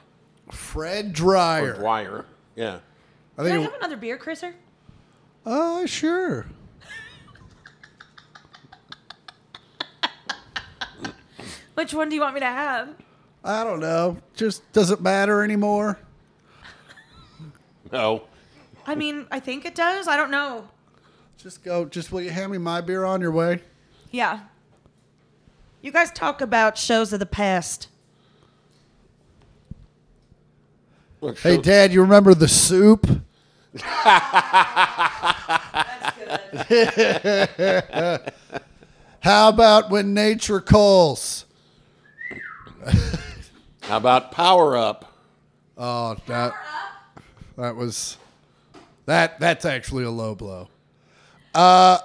[SPEAKER 1] Fred
[SPEAKER 3] Or
[SPEAKER 1] Dreyer.
[SPEAKER 3] Dwyer. Yeah.
[SPEAKER 1] I
[SPEAKER 2] Can I
[SPEAKER 1] think.
[SPEAKER 2] have another beer, Chriser?
[SPEAKER 1] Oh, sure.
[SPEAKER 2] Which one do you want me to have?
[SPEAKER 1] I don't know. Just doesn't matter anymore.
[SPEAKER 3] No.
[SPEAKER 2] I mean, I think it does. I don't know.
[SPEAKER 1] Just go. Just will you hand me my beer on your way?
[SPEAKER 2] Yeah. You guys talk about shows of the past.
[SPEAKER 3] Look,
[SPEAKER 1] Hey,
[SPEAKER 3] show-
[SPEAKER 1] Dad, you remember the soup? How about when nature calls?
[SPEAKER 3] How about Power Up?
[SPEAKER 1] Oh, that that was that that's actually a low blow. Uh,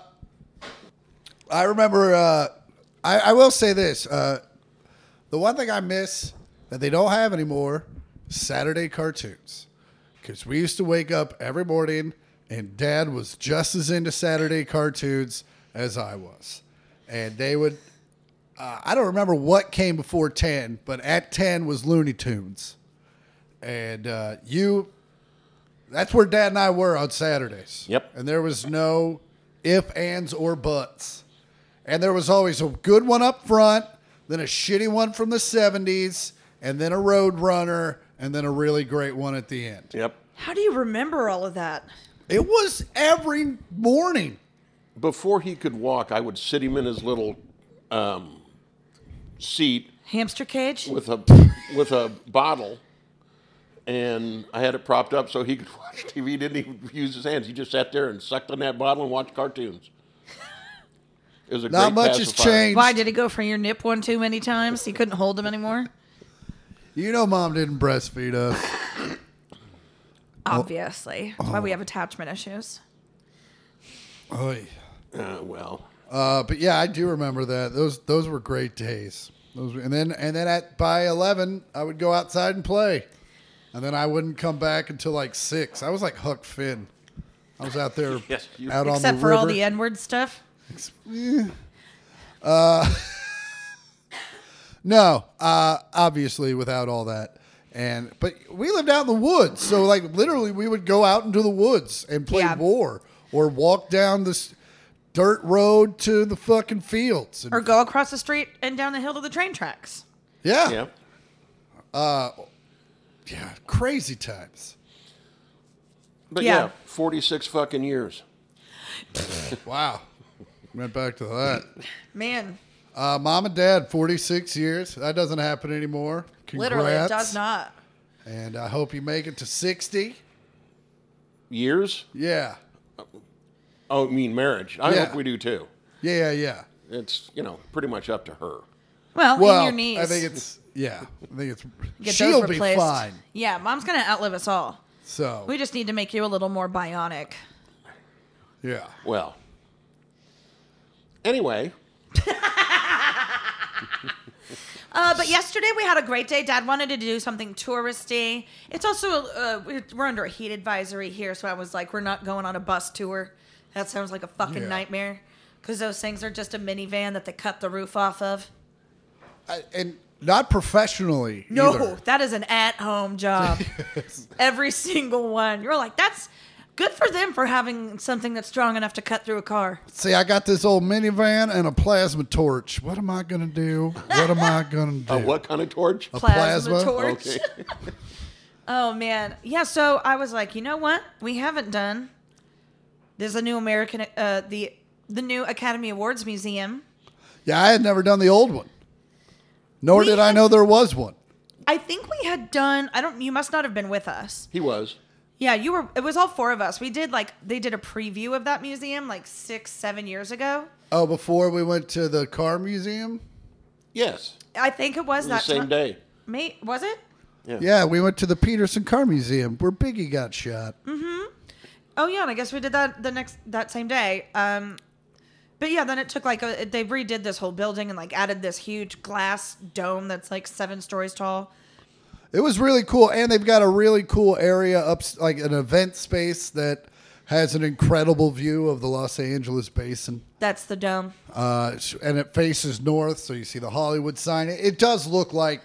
[SPEAKER 1] I remember. Uh, I, I will say this: uh, the one thing I miss that they don't have anymore Saturday cartoons, because we used to wake up every morning and Dad was just as into Saturday cartoons as I was, and they would. Uh, I don't remember what came before ten, but at ten was Looney Tunes and uh, you that's where dad and i were on saturdays
[SPEAKER 3] Yep.
[SPEAKER 1] and there was no if ands or buts and there was always a good one up front then a shitty one from the 70s and then a road runner and then a really great one at the end
[SPEAKER 3] Yep.
[SPEAKER 2] How do you remember all of that?
[SPEAKER 1] it was every morning
[SPEAKER 3] Before he could walk, I would sit him in his little um, seat
[SPEAKER 2] Hamster cage?
[SPEAKER 3] with a with a bottle, and I had it propped up so he could watch TV. He didn't even use his hands. He just sat there and sucked on that bottle and watched cartoons. It was a
[SPEAKER 1] Not
[SPEAKER 3] great
[SPEAKER 1] much has
[SPEAKER 3] pacifier.
[SPEAKER 1] changed.
[SPEAKER 2] Why did he go for your nip one too many times? You couldn't hold him anymore?
[SPEAKER 1] You know, mom didn't breastfeed us.
[SPEAKER 2] Obviously. That's Why we have attachment issues.
[SPEAKER 1] Oy.
[SPEAKER 3] Uh, well,
[SPEAKER 1] Uh, but yeah, I do remember that. Those those were great days. Those were- and then and then at by eleven, I would go outside and play, and then I wouldn't come back until like six. I was like Huck Finn. I was out there,
[SPEAKER 3] Yes, you-
[SPEAKER 1] out on
[SPEAKER 2] Except
[SPEAKER 1] the
[SPEAKER 2] for
[SPEAKER 1] river.
[SPEAKER 2] all the N word stuff.
[SPEAKER 1] Uh, No, uh, obviously without all that. And but we lived out in the woods, so like literally we would go out into the woods and play
[SPEAKER 2] Yeah.
[SPEAKER 1] war or walk down this dirt road to the fucking fields. And,
[SPEAKER 2] Or go across the street and down the hill to the train tracks.
[SPEAKER 1] yeah,
[SPEAKER 3] yeah.
[SPEAKER 1] yeah, crazy times.
[SPEAKER 3] But
[SPEAKER 2] Yeah.
[SPEAKER 3] yeah, 46 fucking years.
[SPEAKER 1] Wow, went back to that.
[SPEAKER 2] Man,
[SPEAKER 1] Uh, mom and dad, forty six years. That doesn't happen anymore. Congrats.
[SPEAKER 2] literally, it does not.
[SPEAKER 1] And I hope you make it to sixty.
[SPEAKER 3] Years?
[SPEAKER 1] Yeah,
[SPEAKER 3] Oh, I mean marriage. I
[SPEAKER 1] Yeah.
[SPEAKER 3] hope we do too.
[SPEAKER 1] yeah, yeah, yeah.
[SPEAKER 3] It's, you know, pretty much up to her.
[SPEAKER 2] Well,
[SPEAKER 1] Well,
[SPEAKER 2] in your knees.
[SPEAKER 1] I think it's yeah. I think it's
[SPEAKER 2] Get those
[SPEAKER 1] she'll be
[SPEAKER 2] replaced.
[SPEAKER 1] fine.
[SPEAKER 2] Yeah, mom's going to outlive us all.
[SPEAKER 1] So
[SPEAKER 2] We just need to make you a little more bionic.
[SPEAKER 1] yeah,
[SPEAKER 3] Well, anyway,
[SPEAKER 2] Uh, but yesterday we had a great day. Dad wanted to do something touristy. It's also uh, we're- we're under a heat advisory here, so I was like, we're not going on a bus tour. That sounds like a fucking
[SPEAKER 1] Yeah.
[SPEAKER 2] nightmare. Because those things are just a minivan that they cut the roof off of.
[SPEAKER 1] I, and not professionally.
[SPEAKER 2] No,
[SPEAKER 1] either.
[SPEAKER 2] that is an at-home job. Every single one. You're like, that's good for them for having something that's strong enough to cut through a car.
[SPEAKER 1] See, I got this old minivan and a plasma torch. What am I gonna do? What am I gonna do?
[SPEAKER 3] uh, what kind of torch?
[SPEAKER 2] Plasma,
[SPEAKER 1] plasma?
[SPEAKER 2] torch.
[SPEAKER 3] Okay.
[SPEAKER 2] Oh man, yeah. So I was like, you know what? We haven't done. There's a new American, uh, the the new Academy Awards Museum.
[SPEAKER 1] Yeah, I had never done the old one. Nor
[SPEAKER 2] We
[SPEAKER 1] did I
[SPEAKER 2] had-
[SPEAKER 1] know there was one.
[SPEAKER 2] I think we had done. I don't. You must not have been with us.
[SPEAKER 3] He was.
[SPEAKER 2] Yeah, you were. It was all four of us. We did like they did a preview of that museum like six, seven years ago.
[SPEAKER 1] Oh, before we went to the car museum.
[SPEAKER 3] Yes.
[SPEAKER 2] I think it was
[SPEAKER 3] It
[SPEAKER 2] that
[SPEAKER 3] was the same
[SPEAKER 2] ti-
[SPEAKER 3] day.
[SPEAKER 2] May was it?
[SPEAKER 1] Yeah, we went to the Peterson Car Museum where Biggie got shot.
[SPEAKER 2] Oh yeah, and I guess we did that the next that same day. Um, but yeah, then it took like a, they redid this whole building and like added this huge glass dome that's like seven stories tall.
[SPEAKER 1] It was really cool, and they've got a really cool area up, like an event space that has an incredible view of the Los Angeles basin.
[SPEAKER 2] That's the dome.
[SPEAKER 1] Uh, s- and it faces north, so you see the Hollywood sign. It, it does look like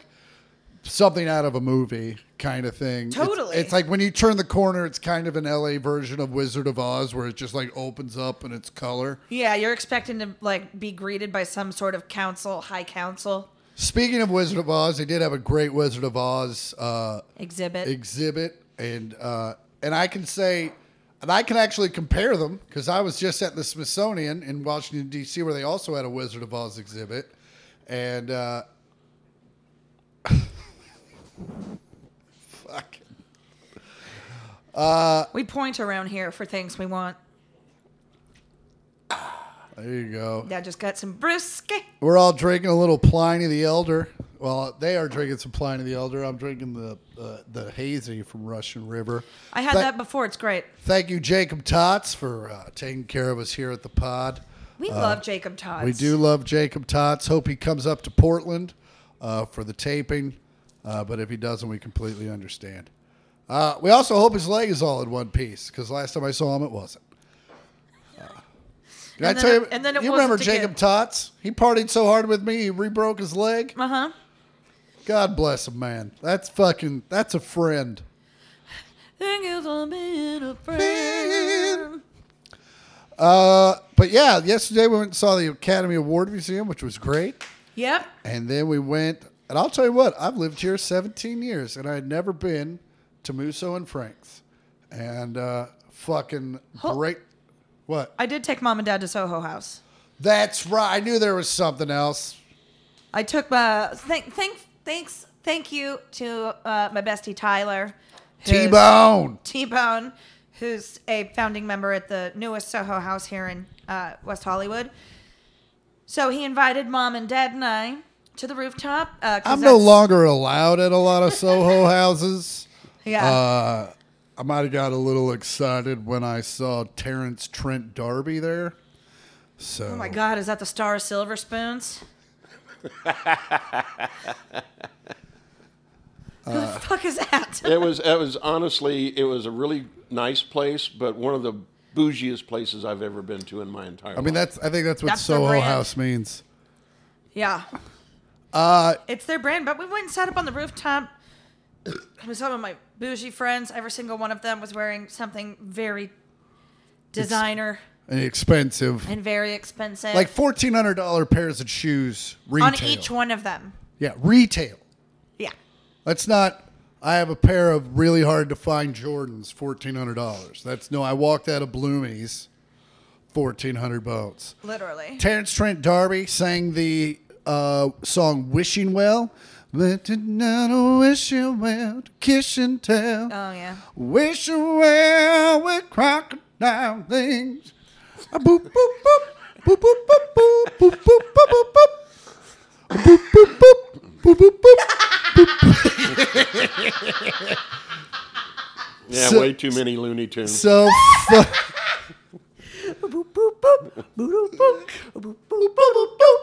[SPEAKER 1] something out of a movie kind of thing. It's-
[SPEAKER 2] Totally.
[SPEAKER 1] It's, like when you turn the corner, it's kind of an LA version of Wizard of Oz, where it just like opens up and it's color.
[SPEAKER 2] Yeah, you're expecting to like be greeted by some sort of council, high council
[SPEAKER 1] Speaking of Wizard of Oz, they did have a great Wizard of Oz uh,
[SPEAKER 2] exhibit.
[SPEAKER 1] exhibit and uh, and I can say and I can actually compare them because I was just at the Smithsonian in Washington D.C. where they also had a Wizard of Oz exhibit and uh, fuck
[SPEAKER 2] we point around here for things we want.
[SPEAKER 1] there you go
[SPEAKER 2] Dad just got some brisket.
[SPEAKER 1] we're all drinking a little Pliny the Elder well they are drinking some Pliny the Elder I'm drinking the uh, the hazy from Russian River
[SPEAKER 2] I had
[SPEAKER 1] Thank-
[SPEAKER 2] that before. It's great.
[SPEAKER 1] thank you Jacob Tots for uh, taking care of us here at the pod.
[SPEAKER 2] We love Jacob Todd.
[SPEAKER 1] We do love Jacob Tots. Hope he comes up to Portland uh, for the taping. Uh, but if he doesn't, we completely understand. Uh, we also hope his leg is all in one piece because last time I saw him, it wasn't. Uh, did I
[SPEAKER 2] And then
[SPEAKER 1] tell
[SPEAKER 2] it-
[SPEAKER 1] you?
[SPEAKER 2] and then it
[SPEAKER 1] you
[SPEAKER 2] wasn't
[SPEAKER 1] remember
[SPEAKER 2] again.
[SPEAKER 1] Jacob Tots? He partied so hard with me, he rebroke his leg.
[SPEAKER 2] Uh huh.
[SPEAKER 1] God bless him, man. That's fucking. That's a friend.
[SPEAKER 2] Thank you for being a friend.
[SPEAKER 1] Uh, but yeah, yesterday we went and saw the Academy Award Museum, which was great.
[SPEAKER 2] Yep.
[SPEAKER 1] And then we went, and I'll tell you what, I've lived here 17 years and I had never been to Musso and Frank's. And uh, fucking
[SPEAKER 2] Ho-
[SPEAKER 1] great. What?
[SPEAKER 2] I did take mom and dad to Soho House.
[SPEAKER 1] That's right. I knew there was something else.
[SPEAKER 2] I took my thank thank thanks thank you to uh, my bestie Tyler,
[SPEAKER 1] T
[SPEAKER 2] who's-
[SPEAKER 1] Bone.
[SPEAKER 2] T Bone, who's a founding member at the newest Soho House here in uh, West Hollywood. So he invited mom and dad and I to the rooftop. Uh, 'cause
[SPEAKER 1] I'm no
[SPEAKER 2] that's-
[SPEAKER 1] longer allowed at a lot of Soho houses.
[SPEAKER 2] Yeah.
[SPEAKER 1] Uh, I might have got a little excited when I saw Terrence Trent Darby there. So,
[SPEAKER 2] oh my God, is that the Star of Silver Spoons? Who
[SPEAKER 1] Uh.
[SPEAKER 2] the fuck is that?
[SPEAKER 3] It was it was honestly it was a really nice place, but one of the bougiest places I've ever been to in my entire.
[SPEAKER 1] I mean,
[SPEAKER 3] life.
[SPEAKER 1] that's I think that's what
[SPEAKER 2] That's their
[SPEAKER 1] Soho
[SPEAKER 2] brand.
[SPEAKER 1] House means.
[SPEAKER 2] Yeah. Uh, it's their brand, but we went and sat up on the rooftop with some of my bougie friends. Every single one of them was wearing something very designer
[SPEAKER 1] And expensive,
[SPEAKER 2] and very expensive.
[SPEAKER 1] like fourteen hundred dollar pairs of shoes retail.
[SPEAKER 2] on each one of them.
[SPEAKER 1] yeah, retail.
[SPEAKER 2] Yeah.
[SPEAKER 1] That's not. I have a pair of really hard to find Jordans, fourteen hundred dollars. That's no. I walked out of Bloomies, fourteen hundred bucks.
[SPEAKER 2] Literally.
[SPEAKER 1] Terrence Trent D'Arby sang the uh, song "Wishing Well." But tonight I wish you well, to kiss and tell.
[SPEAKER 2] Oh yeah.
[SPEAKER 1] Wish you well with crocodile things. A boop boop boop. Boop boop boop boop boop boop boop boop boop. A Boop boop boop boop boop boop.
[SPEAKER 3] yeah,
[SPEAKER 1] so-
[SPEAKER 3] way too many Looney Tunes.
[SPEAKER 1] So fu-
[SPEAKER 2] Boop boop boop. Boop boop boop. Boop boop boop boop.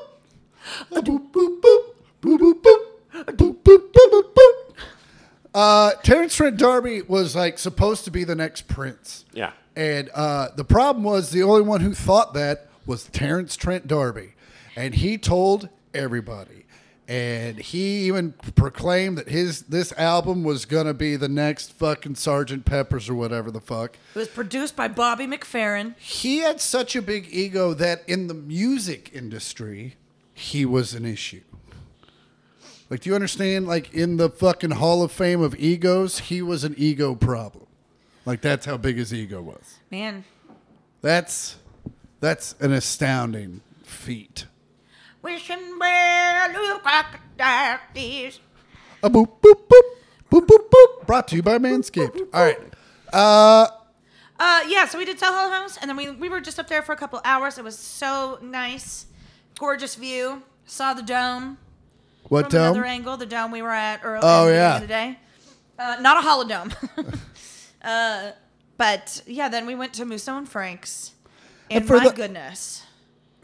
[SPEAKER 1] Uh, Terrence Trent D'Arby was like supposed to be the next Prince.
[SPEAKER 3] Yeah.
[SPEAKER 1] And uh, the problem was the only one who thought that was Terrence Trent D'Arby, and he told everybody, and he even proclaimed that his this album was gonna be the next fucking Sergeant Pepper's or whatever the fuck.
[SPEAKER 2] It was produced by Bobby McFerrin.
[SPEAKER 1] He had such a big ego that in the music industry, he was an issue. Like, do you understand? Like, in the fucking Hall of Fame of egos, he was an ego problem. Like, that's how big his ego was.
[SPEAKER 2] Man,
[SPEAKER 1] That's that's an astounding feat.
[SPEAKER 2] wishing well, you crocodile tears.
[SPEAKER 1] A boop boop boop boop boop boop. Brought to you by Manscaped. All right.
[SPEAKER 2] Uh, yeah, so we did Soho House, and then we we were just up there for a couple hours. It was so nice, gorgeous view. Saw the dome
[SPEAKER 1] What
[SPEAKER 2] from
[SPEAKER 1] dome?
[SPEAKER 2] another angle, the dome we were at earlier
[SPEAKER 1] Oh,
[SPEAKER 2] in the
[SPEAKER 1] yeah.
[SPEAKER 2] beginning of the day. Uh, not a holodome. uh, but yeah, then we went to Musso and Frank's, and,
[SPEAKER 1] for
[SPEAKER 2] my
[SPEAKER 1] the-
[SPEAKER 2] goodness,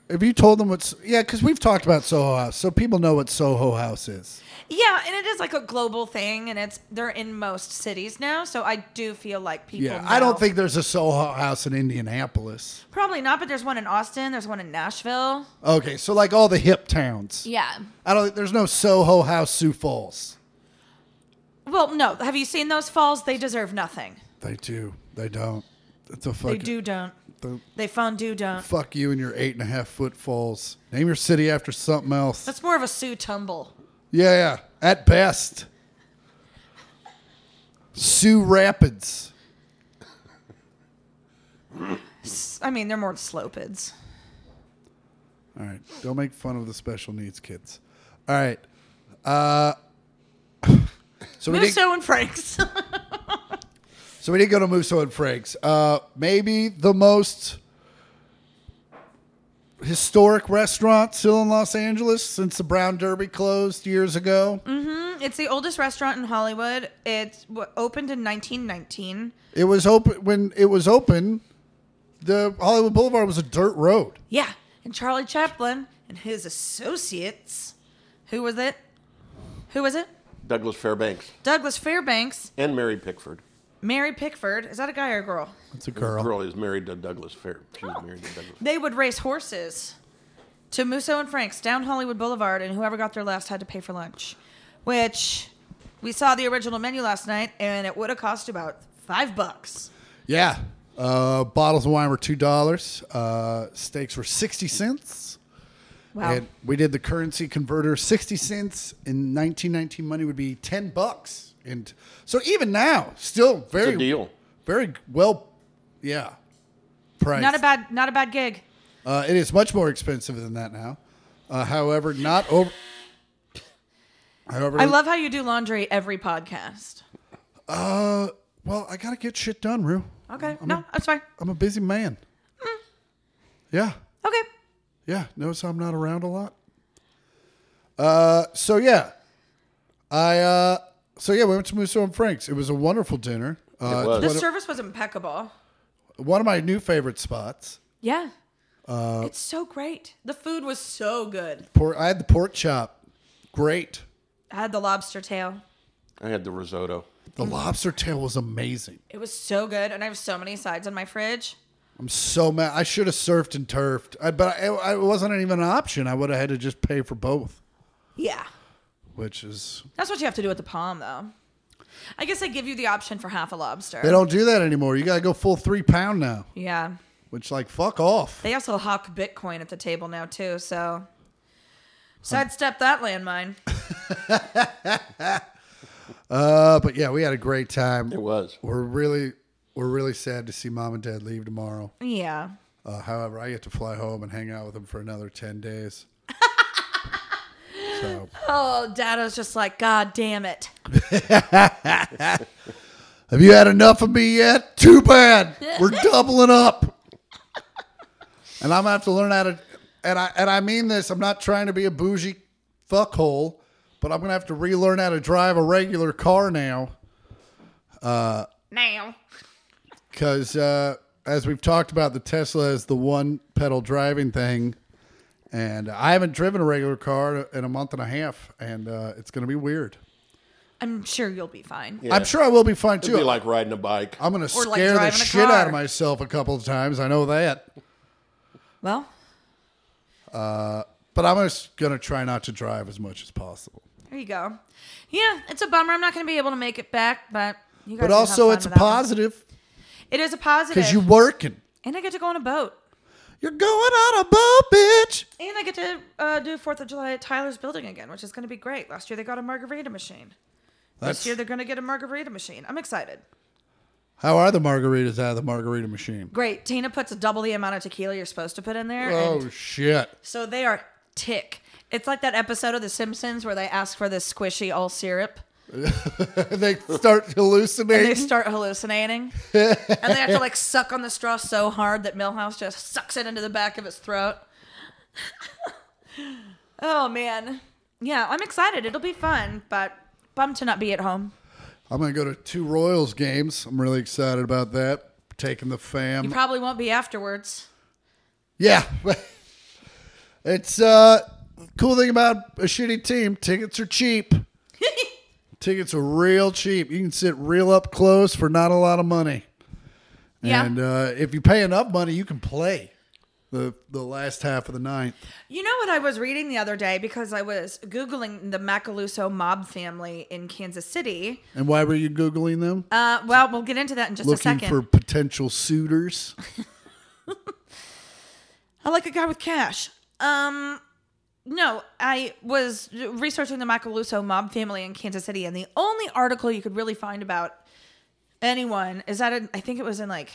[SPEAKER 1] Have you told them what's? Yeah, because we've talked about Soho House, so people know what Soho House is.
[SPEAKER 2] yeah, and it is like a global thing, and it's they're in most cities now. So I do feel like people.
[SPEAKER 1] Yeah, I don't
[SPEAKER 2] know.
[SPEAKER 1] think there's a Soho House in Indianapolis.
[SPEAKER 2] probably not, but there's one in Austin. There's one in Nashville.
[SPEAKER 1] Okay, so like all the hip towns.
[SPEAKER 2] Yeah.
[SPEAKER 1] I don't. There's no Soho House Sioux Falls.
[SPEAKER 2] Well, no. Have you seen those falls? They deserve nothing.
[SPEAKER 1] They do. They don't. It's a
[SPEAKER 2] They
[SPEAKER 1] fucking.
[SPEAKER 2] do don't.
[SPEAKER 1] the-
[SPEAKER 2] They fondue don't.
[SPEAKER 1] fuck you and your eight and a half foot falls. Name your city after something else.
[SPEAKER 2] That's more of a Sioux tumble.
[SPEAKER 1] yeah, yeah. At best. Sioux Rapids.
[SPEAKER 2] S- I mean, they're more slopids.
[SPEAKER 1] All right. Don't make fun of the special needs kids. All right. Uh. So we did.
[SPEAKER 2] Musso and Franks.
[SPEAKER 1] So we did go to Musso and Frank's. Uh, maybe the most historic restaurant still in Los Angeles since the Brown Derby closed years ago.
[SPEAKER 2] it's the oldest restaurant in Hollywood. It w- opened in 1919.
[SPEAKER 1] It was open when it was open. The Hollywood Boulevard was a dirt road.
[SPEAKER 2] Yeah. And Charlie Chaplin and his associates. Who was it? Who was it?
[SPEAKER 3] Douglas Fairbanks
[SPEAKER 2] Douglas Fairbanks,
[SPEAKER 3] and Mary Pickford.
[SPEAKER 2] Mary Pickford. Is that a guy or a girl?
[SPEAKER 1] That's a
[SPEAKER 3] Girl,
[SPEAKER 1] girl.
[SPEAKER 3] is married to Douglas Fair. She was married to Douglas.
[SPEAKER 2] They would race horses to Musso and Frank's down Hollywood Boulevard, and whoever got there last had to pay for lunch, which we saw the original menu last night, and it would have cost about five bucks.
[SPEAKER 1] Yeah. Uh, bottles of wine were two dollars. Uh, steaks were sixty cents.
[SPEAKER 2] Wow.
[SPEAKER 1] And we did the currency converter. Sixty cents in nineteen nineteen money would be ten bucks. And so even now, still
[SPEAKER 3] It's
[SPEAKER 1] very
[SPEAKER 3] a deal.
[SPEAKER 1] very well, yeah, priced.
[SPEAKER 2] not a bad, not a bad gig.
[SPEAKER 1] Uh, it is much more expensive than that now. Uh, however, not over. I, over-
[SPEAKER 2] I love how you do laundry every podcast.
[SPEAKER 1] uh, Well, I gotta get shit done, Rue.
[SPEAKER 2] Okay.
[SPEAKER 1] Mm-hmm.
[SPEAKER 2] No, Mm. that's fine.
[SPEAKER 1] I'm a busy man. Yeah,
[SPEAKER 2] Okay.
[SPEAKER 1] yeah. Notice I'm not around a lot. Uh, so yeah, I uh, so yeah, we went to Musso and Frank's. It was a wonderful dinner. Uh,
[SPEAKER 3] It was.
[SPEAKER 2] The
[SPEAKER 1] One,
[SPEAKER 2] service was impeccable.
[SPEAKER 1] of, one of my new favorite spots.
[SPEAKER 2] Yeah. it's so great. The food was so good.
[SPEAKER 1] Pork. I had the pork chop. Great.
[SPEAKER 2] I had the lobster tail.
[SPEAKER 3] I had the risotto.
[SPEAKER 1] The lobster tail was amazing.
[SPEAKER 2] It was so good, and I have so many sides in my fridge.
[SPEAKER 1] I'm so mad. I should have surfed and turfed, I, but I, I, it wasn't even an option. I would have had to just pay for both,
[SPEAKER 2] Yeah.
[SPEAKER 1] which is
[SPEAKER 2] That's what you have to do with the palm, though. I guess they give you the option for half a lobster.
[SPEAKER 1] they don't do that anymore. You gotta go full three pound now,
[SPEAKER 2] yeah.
[SPEAKER 1] which like fuck off.
[SPEAKER 2] They also hawk Bitcoin at the table now, too, so. Sidestep that landmine.
[SPEAKER 1] Uh, but yeah, we had a great time.
[SPEAKER 3] It was.
[SPEAKER 1] We're really we're really sad to see mom and dad leave tomorrow.
[SPEAKER 2] yeah.
[SPEAKER 1] Uh, however, I get to fly home and hang out with them for another ten days. so
[SPEAKER 2] Oh, Dad was just like, God damn it.
[SPEAKER 1] Have you had enough of me yet? Too bad. We're doubling up. And I'm gonna have to learn how to and I and I mean this, I'm not trying to be a bougie fuckhole, but I'm gonna have to relearn how to drive a regular car now.
[SPEAKER 2] Now.
[SPEAKER 1] Cause uh, as we've talked about, the Tesla is the one pedal driving thing. And I haven't driven a regular car in a month and a half, and uh, it's gonna be weird.
[SPEAKER 2] I'm sure you'll be fine.
[SPEAKER 1] I'm sure I will be fine too.
[SPEAKER 3] It'd be like riding a bike.
[SPEAKER 1] I'm gonna
[SPEAKER 2] Or like
[SPEAKER 1] scare the
[SPEAKER 2] driving a
[SPEAKER 1] shit out
[SPEAKER 2] car.
[SPEAKER 1] of myself a couple of times. I know that.
[SPEAKER 2] Well,
[SPEAKER 1] But I'm just gonna try not to drive as much as possible.
[SPEAKER 2] there you go. Yeah, it's a bummer. I'm not going to be able to make it back, but you guys
[SPEAKER 1] But
[SPEAKER 2] will have
[SPEAKER 1] also,
[SPEAKER 2] fun
[SPEAKER 1] it's a
[SPEAKER 2] with that one.
[SPEAKER 1] positive
[SPEAKER 2] It is a positive.
[SPEAKER 1] because you're working.
[SPEAKER 2] and I get to go on a boat.
[SPEAKER 1] You're going on a boat, bitch.
[SPEAKER 2] And I get to uh, do Fourth of July at Tyler's building again, which is going to be great. Last year they got a margarita machine.
[SPEAKER 1] That's
[SPEAKER 2] This year they're going to get a margarita machine. I'm excited.
[SPEAKER 1] how are the margaritas out of the margarita machine?
[SPEAKER 2] Great. Tina puts double the amount of tequila you're supposed to put in there. and
[SPEAKER 1] Oh shit!
[SPEAKER 2] so they are tick. It's like that episode of The Simpsons where they ask for this squishy all syrup.
[SPEAKER 1] they start
[SPEAKER 2] They
[SPEAKER 1] hallucinating.
[SPEAKER 2] start hallucinating. and they have to like suck on the straw so hard that Milhouse just sucks it into the back of his throat. oh man. Yeah, I'm excited. It'll be fun, but bummed to not be at home.
[SPEAKER 1] I'm gonna go to two Royals games. I'm really excited about that. Taking the fam.
[SPEAKER 2] You probably won't be afterwards.
[SPEAKER 1] Yeah. It's uh cool thing about a shitty team, tickets are cheap. tickets are real cheap. You can sit real up close for not a lot of money.
[SPEAKER 2] Yeah.
[SPEAKER 1] And uh, if you pay enough money, you can play the the last half of the ninth.
[SPEAKER 2] You know what I was reading the other day because I was Googling the Macaluso mob family in Kansas City.
[SPEAKER 1] And why were you googling them?
[SPEAKER 2] Uh, well, we'll get into that in just a
[SPEAKER 1] Looking
[SPEAKER 2] second.
[SPEAKER 1] for potential suitors.
[SPEAKER 2] I like a guy with cash. Um, no, I was researching the Macaluso mob family in Kansas City, and the only article you could really find about anyone is that in, I think it was in like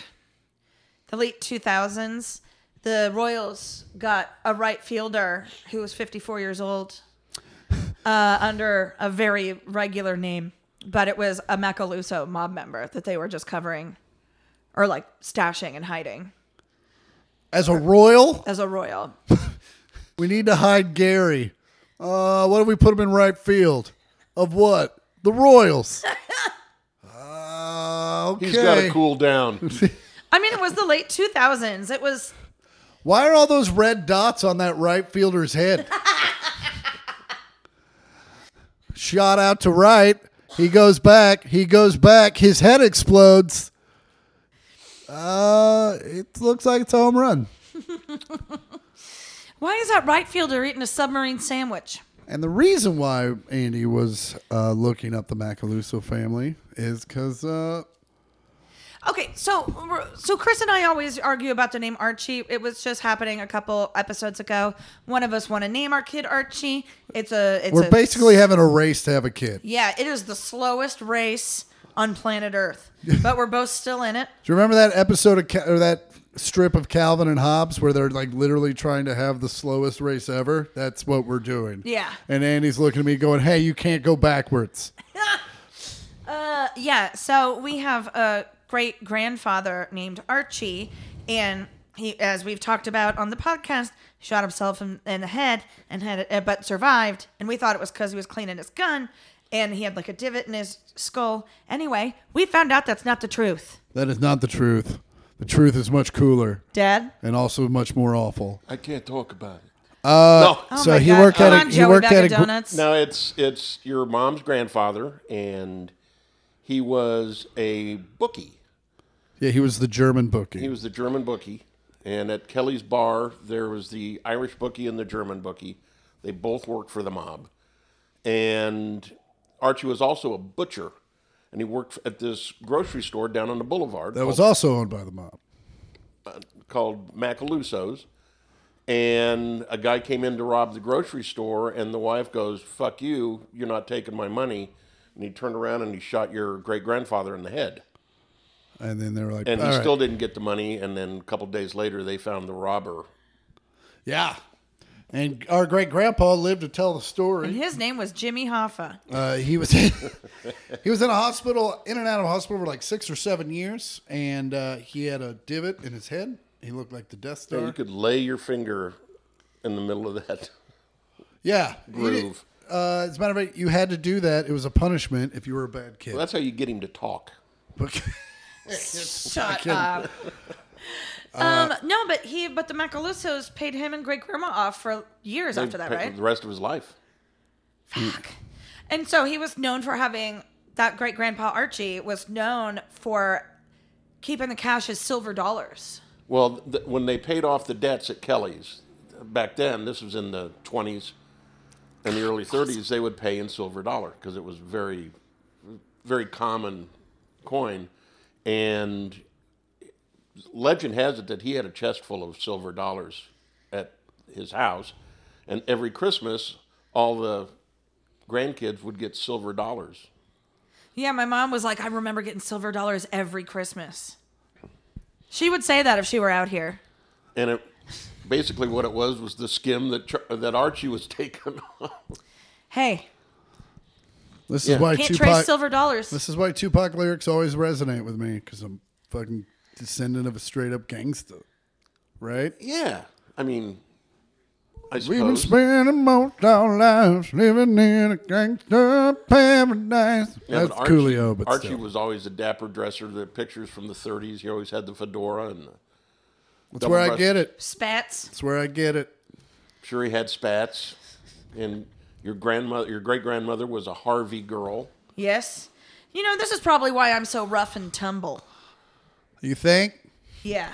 [SPEAKER 2] the late 2000s. The Royals got a right fielder who was 54 years old uh, under a very regular name, but it was a Macaluso mob member that they were just covering or like stashing and hiding
[SPEAKER 1] As a royal,
[SPEAKER 2] as a Royal.
[SPEAKER 1] we need to hide Gary. Uh, what if we put him in right field? Of what? The Royals. Uh, okay.
[SPEAKER 3] He's got to cool down.
[SPEAKER 2] I mean, it was the late 2000s. It was,
[SPEAKER 1] Why are all those red dots on that right fielder's head? Shot out to right. He goes back. He goes back. His head explodes. Uh, it looks like it's a home run.
[SPEAKER 2] why is that right fielder eating a submarine sandwich?
[SPEAKER 1] And the reason why Andy was uh, looking up the Macaluso family is because uh,
[SPEAKER 2] Okay, so so Chris and I always argue about the name Archie. It was just happening a couple episodes ago. One of us want to name our kid Archie. It's a it's
[SPEAKER 1] we're
[SPEAKER 2] a-
[SPEAKER 1] basically having a race to have a kid.
[SPEAKER 2] yeah. It is the slowest race on planet Earth, but we're both still in it.
[SPEAKER 1] Do you remember that episode of Ca- or that strip of Calvin and Hobbes where they're like literally trying to have the slowest race ever? That's what we're doing.
[SPEAKER 2] Yeah.
[SPEAKER 1] And Andy's looking at me going, "Hey, you can't go backwards."
[SPEAKER 2] Uh, yeah, so we have a great grandfather named Archie, and he, as we've talked about on the podcast, shot himself in, in the head and had uh, but survived. And we thought it was because he was cleaning his gun, and he had like a divot in his skull. Anyway, we found out that's not the truth,
[SPEAKER 1] That is not the truth. The truth is much cooler
[SPEAKER 2] Dad.
[SPEAKER 1] and also much more awful.
[SPEAKER 3] I can't talk about it. Uh, no,
[SPEAKER 1] So
[SPEAKER 2] Oh my
[SPEAKER 1] he
[SPEAKER 2] God.
[SPEAKER 1] worked at
[SPEAKER 2] Come
[SPEAKER 1] a-
[SPEAKER 2] on,
[SPEAKER 1] he
[SPEAKER 2] Joey
[SPEAKER 1] worked
[SPEAKER 2] Bag
[SPEAKER 1] at
[SPEAKER 2] of
[SPEAKER 1] a gr-
[SPEAKER 2] donuts.
[SPEAKER 3] No, it's it's your mom's grandfather, and he was a bookie.
[SPEAKER 1] Yeah, he was the German bookie.
[SPEAKER 3] He was the German bookie, and at Kelly's bar there was the Irish bookie and the German bookie. They both worked for the mob, and Archie was also a butcher, and he worked at this grocery store down on the boulevard.
[SPEAKER 1] that was
[SPEAKER 3] called- uh,
[SPEAKER 1] also owned by the mob.
[SPEAKER 3] called Macaluso's. And a guy came in to rob the grocery store, and the wife goes, Fuck you, you're not taking my money. And he turned around and he shot your great grandfather in the head.
[SPEAKER 1] And then they were like,
[SPEAKER 3] And
[SPEAKER 1] "All
[SPEAKER 3] he
[SPEAKER 1] right."
[SPEAKER 3] still didn't get the money. And then a couple days later, they found the robber.
[SPEAKER 1] Yeah. And our great grandpa lived to tell the
[SPEAKER 2] And
[SPEAKER 1] story.
[SPEAKER 2] his name was Jimmy Hoffa.
[SPEAKER 1] Uh, he was he was in a hospital, in and out of a hospital for like six or seven years, and uh, he had a divot in his head. He looked like the Death Star.
[SPEAKER 3] You could lay your finger in the middle of that.
[SPEAKER 1] yeah, he did-
[SPEAKER 3] Groove.
[SPEAKER 1] Uh, as a matter of fact, you had to do that. It was a punishment if you were a bad kid.
[SPEAKER 3] Well, that's how you get him to talk.
[SPEAKER 1] But-
[SPEAKER 2] Shut up. um, no, but he, but the Macalusos paid him and great grandma off for years after that,
[SPEAKER 3] Pe-
[SPEAKER 2] right?
[SPEAKER 3] The rest of his life.
[SPEAKER 2] Fuck. And so he was known for having that great grandpa Archie was known for keeping the cash as silver dollars.
[SPEAKER 3] Well, th- when they paid off the debts at Kelly's back then, this was in the 20s and the early 30s, they would pay in silver dollar because it was very, very common coin. And legend has it that he had a chest full of silver dollars at his house. And every Christmas, all the grandkids would get silver dollars.
[SPEAKER 2] Yeah, my mom was like, I remember getting silver dollars every Christmas. She would say that if she were out here.
[SPEAKER 3] And it basically what it was was the skim that, Char- that Archie was taking on.
[SPEAKER 2] Hey,
[SPEAKER 1] this
[SPEAKER 3] Yeah.
[SPEAKER 1] is why
[SPEAKER 2] can't
[SPEAKER 1] Tupac.
[SPEAKER 2] trace silver dollars.
[SPEAKER 1] This is why Tupac lyrics always resonate with me because I'm fucking descendant of a straight up gangster, right?
[SPEAKER 3] Yeah, I mean, I
[SPEAKER 1] We've been
[SPEAKER 3] suppose.
[SPEAKER 1] spending most our lives living in a gangster paradise.
[SPEAKER 3] Yeah,
[SPEAKER 1] That's
[SPEAKER 3] but
[SPEAKER 1] Coolio, but
[SPEAKER 3] Archie
[SPEAKER 1] still.
[SPEAKER 3] was always a dapper dresser. The pictures from the '30s, he always had the fedora, and I'm
[SPEAKER 1] That's where I get it.
[SPEAKER 2] Spats.
[SPEAKER 1] That's where I get it.
[SPEAKER 3] sure he had spats. And your grandmother, your great grandmother, was a Harvey girl.
[SPEAKER 2] Yes. You know, this is probably why I'm so rough and tumble.
[SPEAKER 1] You think?
[SPEAKER 2] Yeah.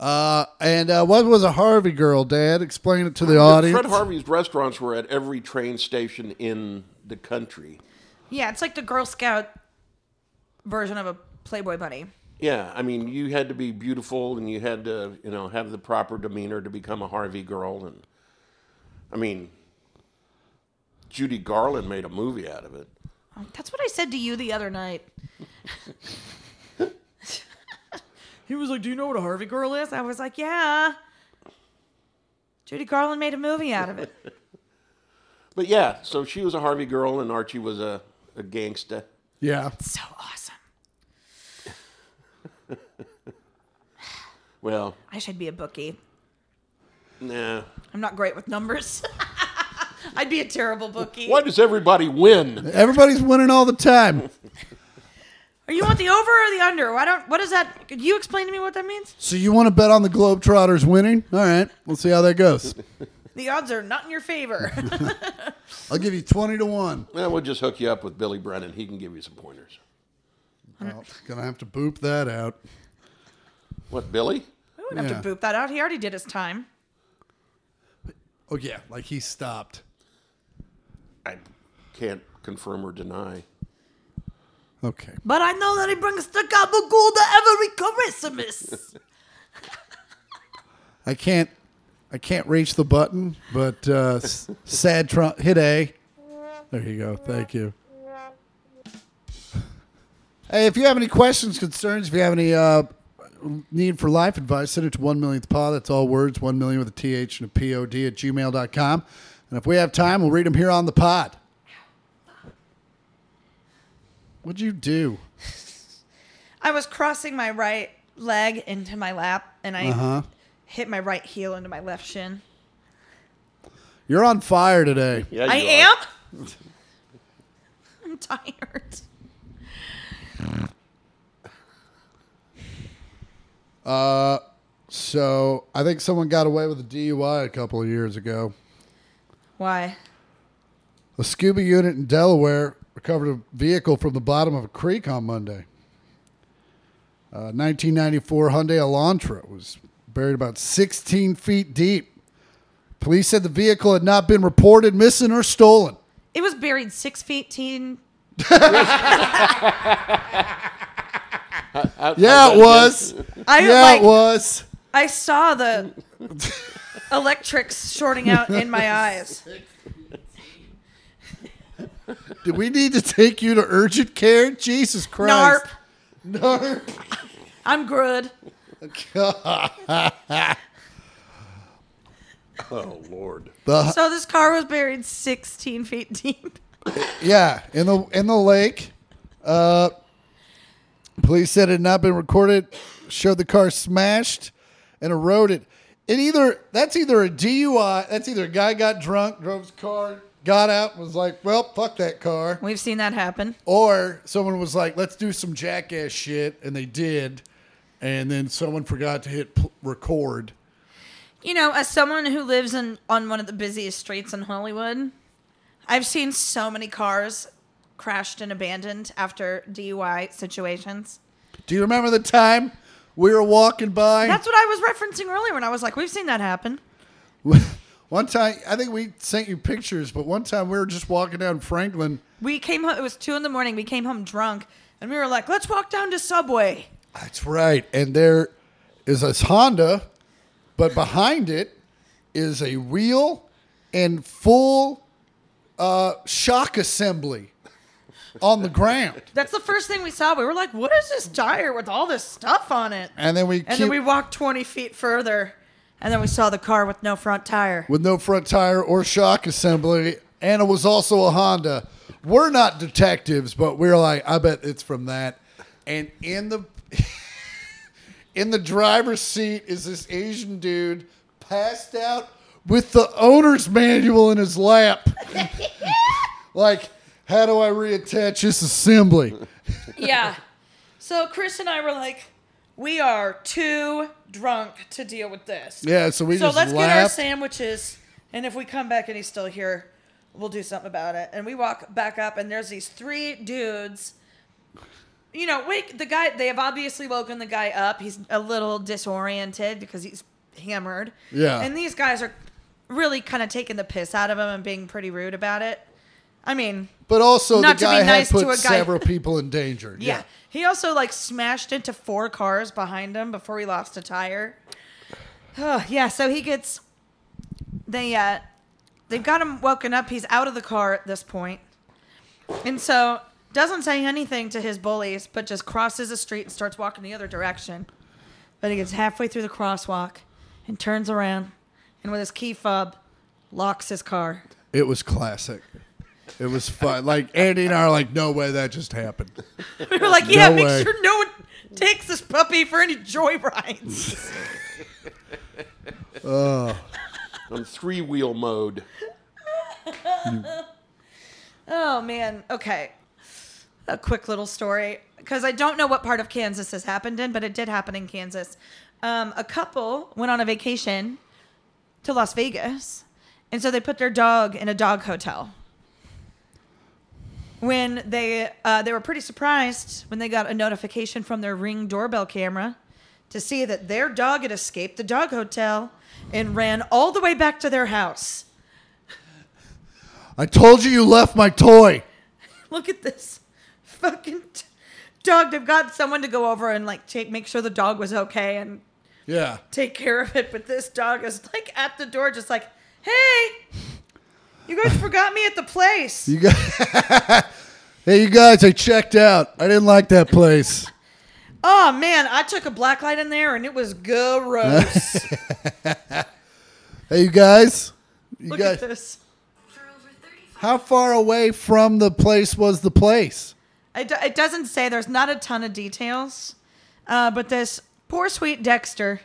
[SPEAKER 1] Uh, and uh, what was a Harvey girl, Dad? Explain it to the
[SPEAKER 3] Fred
[SPEAKER 1] audience.
[SPEAKER 3] Harvey's restaurants were at every train station in the country.
[SPEAKER 2] Yeah, it's like the Girl Scout version of a Playboy bunny.
[SPEAKER 3] Yeah, I mean, you had to be beautiful, and you had to, you know, have the proper demeanor to become a Harvey girl. And I mean, Judy Garland made a movie out of it.
[SPEAKER 2] That's what I said to you the other night. he was like, Do you know what a Harvey girl is? I was like, Yeah. Judy Garland made a movie out of it.
[SPEAKER 3] But yeah, so she was a Harvey girl and Archie was a, a gangsta.
[SPEAKER 1] Yeah.
[SPEAKER 2] so awesome.
[SPEAKER 3] Well,
[SPEAKER 2] I should be a bookie.
[SPEAKER 3] nah.
[SPEAKER 2] I'm not great with numbers. I'd be a terrible bookie.
[SPEAKER 3] Why does everybody win?
[SPEAKER 1] Everybody's winning all the time.
[SPEAKER 2] Are you want the over or the under? Why don't what is that? Could you explain to me what that means?
[SPEAKER 1] So you want to bet on the Globetrotters winning? All right. We'll see how that goes.
[SPEAKER 2] The odds are not in your favor.
[SPEAKER 1] I'll give you 20 to 1.
[SPEAKER 3] Well, we'll just hook you up with Billy Brennan. He can give you some pointers.
[SPEAKER 1] Well, Oh, gonna have to boop that out.
[SPEAKER 3] What, Billy?
[SPEAKER 2] we wouldn't have to
[SPEAKER 1] Yeah.
[SPEAKER 2] boop that out. He already did his time.
[SPEAKER 1] Oh, yeah. Like he stopped.
[SPEAKER 3] I can't confirm or deny.
[SPEAKER 1] Okay.
[SPEAKER 2] But I know that he brings the gabagool to every Christmas.
[SPEAKER 1] I can't I can't reach the button, but uh, s- sad Trump hit A. There you go. Thank you. Hey, if you have any questions, concerns, if you have any uh, need for life advice, send it to 1 millionth pod. That's all words, 1 million with a TH and a POD at gmail.com. And if we have time, we'll read them here on the pod. What'd you do?
[SPEAKER 2] I was crossing my right leg into my lap, and I
[SPEAKER 1] Uh-huh.
[SPEAKER 2] hit my right heel into my left shin.
[SPEAKER 1] You're on fire today.
[SPEAKER 3] Yeah,
[SPEAKER 2] I
[SPEAKER 3] you
[SPEAKER 2] am.
[SPEAKER 3] are.
[SPEAKER 2] I'm tired.
[SPEAKER 1] So I think someone got away with a DUI a couple of years ago.
[SPEAKER 2] Why?
[SPEAKER 1] A scuba unit in Delaware recovered a vehicle from the bottom of a creek on Monday. Uh, 1994 Hyundai Elantra was buried about 16 feet deep. Police said the vehicle had not been reported missing or stolen.
[SPEAKER 2] It was buried six feet teen.
[SPEAKER 3] I- I
[SPEAKER 1] Yeah,
[SPEAKER 3] bet
[SPEAKER 1] it was.
[SPEAKER 2] I
[SPEAKER 1] yeah,
[SPEAKER 2] like.
[SPEAKER 1] it was.
[SPEAKER 2] I saw the electrics shorting out in my eyes.
[SPEAKER 1] Did we need to take you to urgent care? Jesus Christ.
[SPEAKER 2] Narp.
[SPEAKER 1] Narp.
[SPEAKER 2] I'm good.
[SPEAKER 3] Oh Lord.
[SPEAKER 1] The,
[SPEAKER 2] So this car was buried 16 feet deep.
[SPEAKER 1] Yeah, in the in the lake. Uh, police said it had not been recorded. Showed the car smashed and eroded. It either that's either a DUI. That's either a guy got drunk, drove his car, got out, and was like, "Well, fuck that car,"
[SPEAKER 2] We've seen that happen.
[SPEAKER 1] or someone was like, "Let's do some jackass shit," and they did, and then someone forgot to hit pl- record.
[SPEAKER 2] You know, as someone who lives in on one of the busiest streets in Hollywood, I've seen so many cars crashed and abandoned after DUI situations.
[SPEAKER 1] Do you remember the time we were walking by?
[SPEAKER 2] That's what I was referencing earlier when I was like, we've seen that happen.
[SPEAKER 1] One time, I think we sent you pictures, but one time we were just walking down Franklin.
[SPEAKER 2] We came home, it was two in the morning. We came home drunk and we were like, let's walk down to Subway.
[SPEAKER 1] That's right. And there is this Honda, but behind it is a wheel and full uh, shock assembly on the ground.
[SPEAKER 2] That's the first thing we saw. We were like, what is this tire with all this stuff on it?
[SPEAKER 1] And then we
[SPEAKER 2] And
[SPEAKER 1] keep
[SPEAKER 2] then we walked 20 feet further and then we saw the car with no front tire.
[SPEAKER 1] with no front tire or shock assembly, and it was also a Honda. We're not detectives, but we're like, I bet it's from that. And in the in the driver's seat is this Asian dude passed out with the owner's manual in his lap. like, how do I reattach this assembly?
[SPEAKER 2] Yeah. So Chris and I were like, we are too drunk to deal with this.
[SPEAKER 1] Yeah, so we
[SPEAKER 2] so
[SPEAKER 1] just
[SPEAKER 2] let's get our
[SPEAKER 1] laughed.
[SPEAKER 2] sandwiches, and if we come back and he's still here, we'll do something about it. And we walk back up, and there's these three dudes. You know, wake the guy. They have obviously woken the guy up. He's a little disoriented because he's hammered.
[SPEAKER 1] Yeah.
[SPEAKER 2] And these guys are really kind of taking the piss out of him and being pretty rude about it. I mean,
[SPEAKER 1] But also,
[SPEAKER 2] Not
[SPEAKER 1] the
[SPEAKER 2] to be
[SPEAKER 1] guy
[SPEAKER 2] nice to
[SPEAKER 1] had
[SPEAKER 2] a
[SPEAKER 1] put
[SPEAKER 2] guy.
[SPEAKER 1] several people in danger.
[SPEAKER 2] yeah. He also like smashed into four cars behind him before he lost a tire. Oh, yeah, so he gets they uh they've got him woken up. He's out of the car at this point. And so doesn't say anything to his bullies, but just crosses the street and starts walking the other direction. But he gets halfway through the crosswalk and turns around and with his key fob locks his car.
[SPEAKER 1] It was classic. It was fun. Like Andy and I are like, no way that just happened.
[SPEAKER 2] We were like, yeah, make
[SPEAKER 1] way.
[SPEAKER 2] sure no one takes this puppy for any joyrides.
[SPEAKER 3] On three wheel mode.
[SPEAKER 2] Oh man. Okay. A quick little story because I don't know what part of Kansas this happened in, but it did happen in Kansas. Um, a couple went on a vacation to Las Vegas, and so they put their dog in a dog hotel. When they uh, they were pretty surprised when they got a notification from their Ring doorbell camera to see that their dog had escaped the dog hotel and ran all the way back to their house.
[SPEAKER 1] I told you you left my toy.
[SPEAKER 2] Look at this fucking t- dog. They've got someone to go over and like take make sure the dog was okay and
[SPEAKER 1] Yeah.
[SPEAKER 2] take care of it. But this dog is like at the door, just like, hey, you guys forgot me at the place.
[SPEAKER 1] You got Hey, you guys, I checked out. I didn't like that place.
[SPEAKER 2] Oh man, I took a black light in there and it was gross.
[SPEAKER 1] Hey, you guys. You
[SPEAKER 2] Look
[SPEAKER 1] guys
[SPEAKER 2] at this.
[SPEAKER 1] how far away from the place was the place?
[SPEAKER 2] It, do- it doesn't say. There's not a ton of details, uh, but this poor sweet Dexter.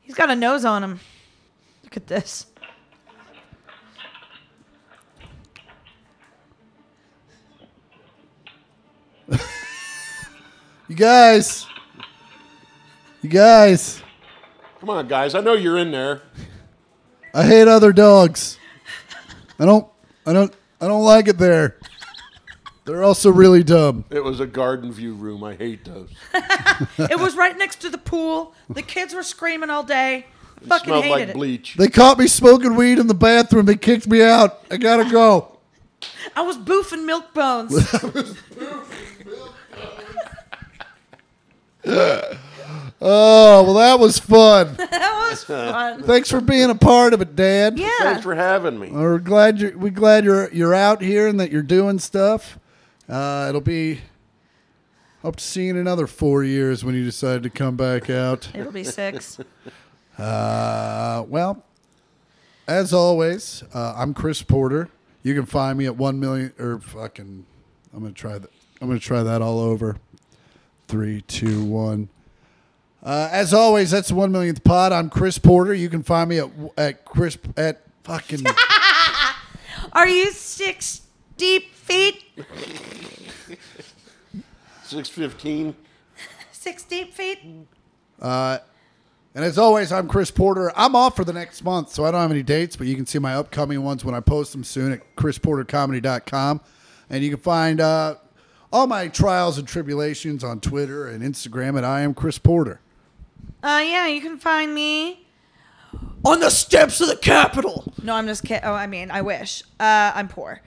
[SPEAKER 2] He's got a nose on him. Look at this.
[SPEAKER 1] You guys. You guys.
[SPEAKER 3] Come on, guys. I know you're in there.
[SPEAKER 1] I hate other dogs. I don't I don't I don't like it there. They're also really dumb.
[SPEAKER 3] It was a garden view room. I hate those.
[SPEAKER 2] It was right next to the pool. The kids were screaming all day.
[SPEAKER 3] It
[SPEAKER 2] Fucking
[SPEAKER 3] smelled
[SPEAKER 2] hated
[SPEAKER 3] like
[SPEAKER 2] it.
[SPEAKER 3] bleach.
[SPEAKER 1] They caught me smoking weed in the bathroom. They kicked me out. I gotta go.
[SPEAKER 2] I was boofing milk bones.
[SPEAKER 1] Oh well, that was fun.
[SPEAKER 2] that was fun.
[SPEAKER 1] Thanks for being a part of it, Dad.
[SPEAKER 3] Thanks
[SPEAKER 2] Yeah.
[SPEAKER 3] for having me.
[SPEAKER 1] We're glad you're we glad you're you're out here and that you're doing stuff. Uh, it'll be hope to see you in another four years when you decide to come back out.
[SPEAKER 2] It'll be six.
[SPEAKER 1] Uh, well, as always, uh, I'm Chris Porter. You can find me at one million or fucking. I'm gonna try that. I'm gonna try that all over. Three, two, one. Uh, as always, that's the one millionth pod. I'm Chris Porter. You can find me at at Chris at fucking.
[SPEAKER 2] Are you six deep feet?
[SPEAKER 3] Six fifteen.
[SPEAKER 2] Six deep feet?
[SPEAKER 1] And as always, I'm Chris Porter. I'm off for the next month, so I don't have any dates, but you can see my upcoming ones when I post them soon at chrisportercomedy.com. And you can find uh, all my trials and tribulations on Twitter and Instagram at I am Chris Porter.
[SPEAKER 2] Uh, yeah, you can find me on the steps of the Capitol. No, I'm just kidding. Oh, I mean, I wish. Uh, I'm poor.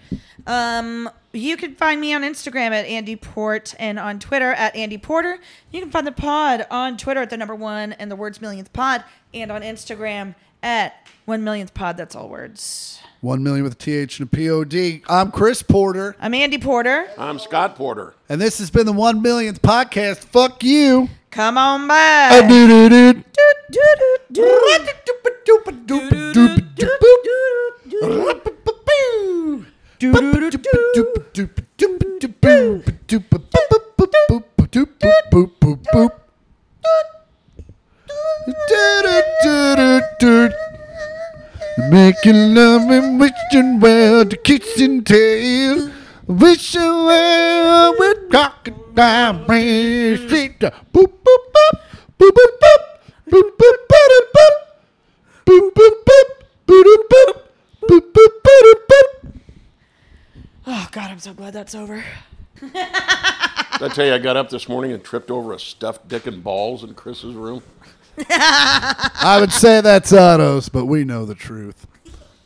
[SPEAKER 2] Um, you can find me on Instagram at Andy Port and on Twitter at Andy Porter. You can find the pod on Twitter at the number one and the words millionth pod and on Instagram at one millionth pod. That's all words.
[SPEAKER 1] One million with a TH and a POD. I'm Chris Porter,
[SPEAKER 2] I'm Andy Porter.
[SPEAKER 3] I'm Scott Porter.
[SPEAKER 1] and this has been the one millionth podcast. Fuck you. Uh,
[SPEAKER 2] Come on back.
[SPEAKER 1] Doo-doo-doo. Making love and wishing well to kissing tail. Wishing well with crocodile man. Straight to boop boop boop. Boop boop boop. Boop boop boop boop. Boop boop boop. Boop boop boop. Boop boop boop boop.
[SPEAKER 2] Oh, God, I'm so glad that's over.
[SPEAKER 3] Did I tell you, I got up this morning and tripped over a stuffed dick and balls in Chris's room.
[SPEAKER 1] I would say that's Otto's, but we know the truth.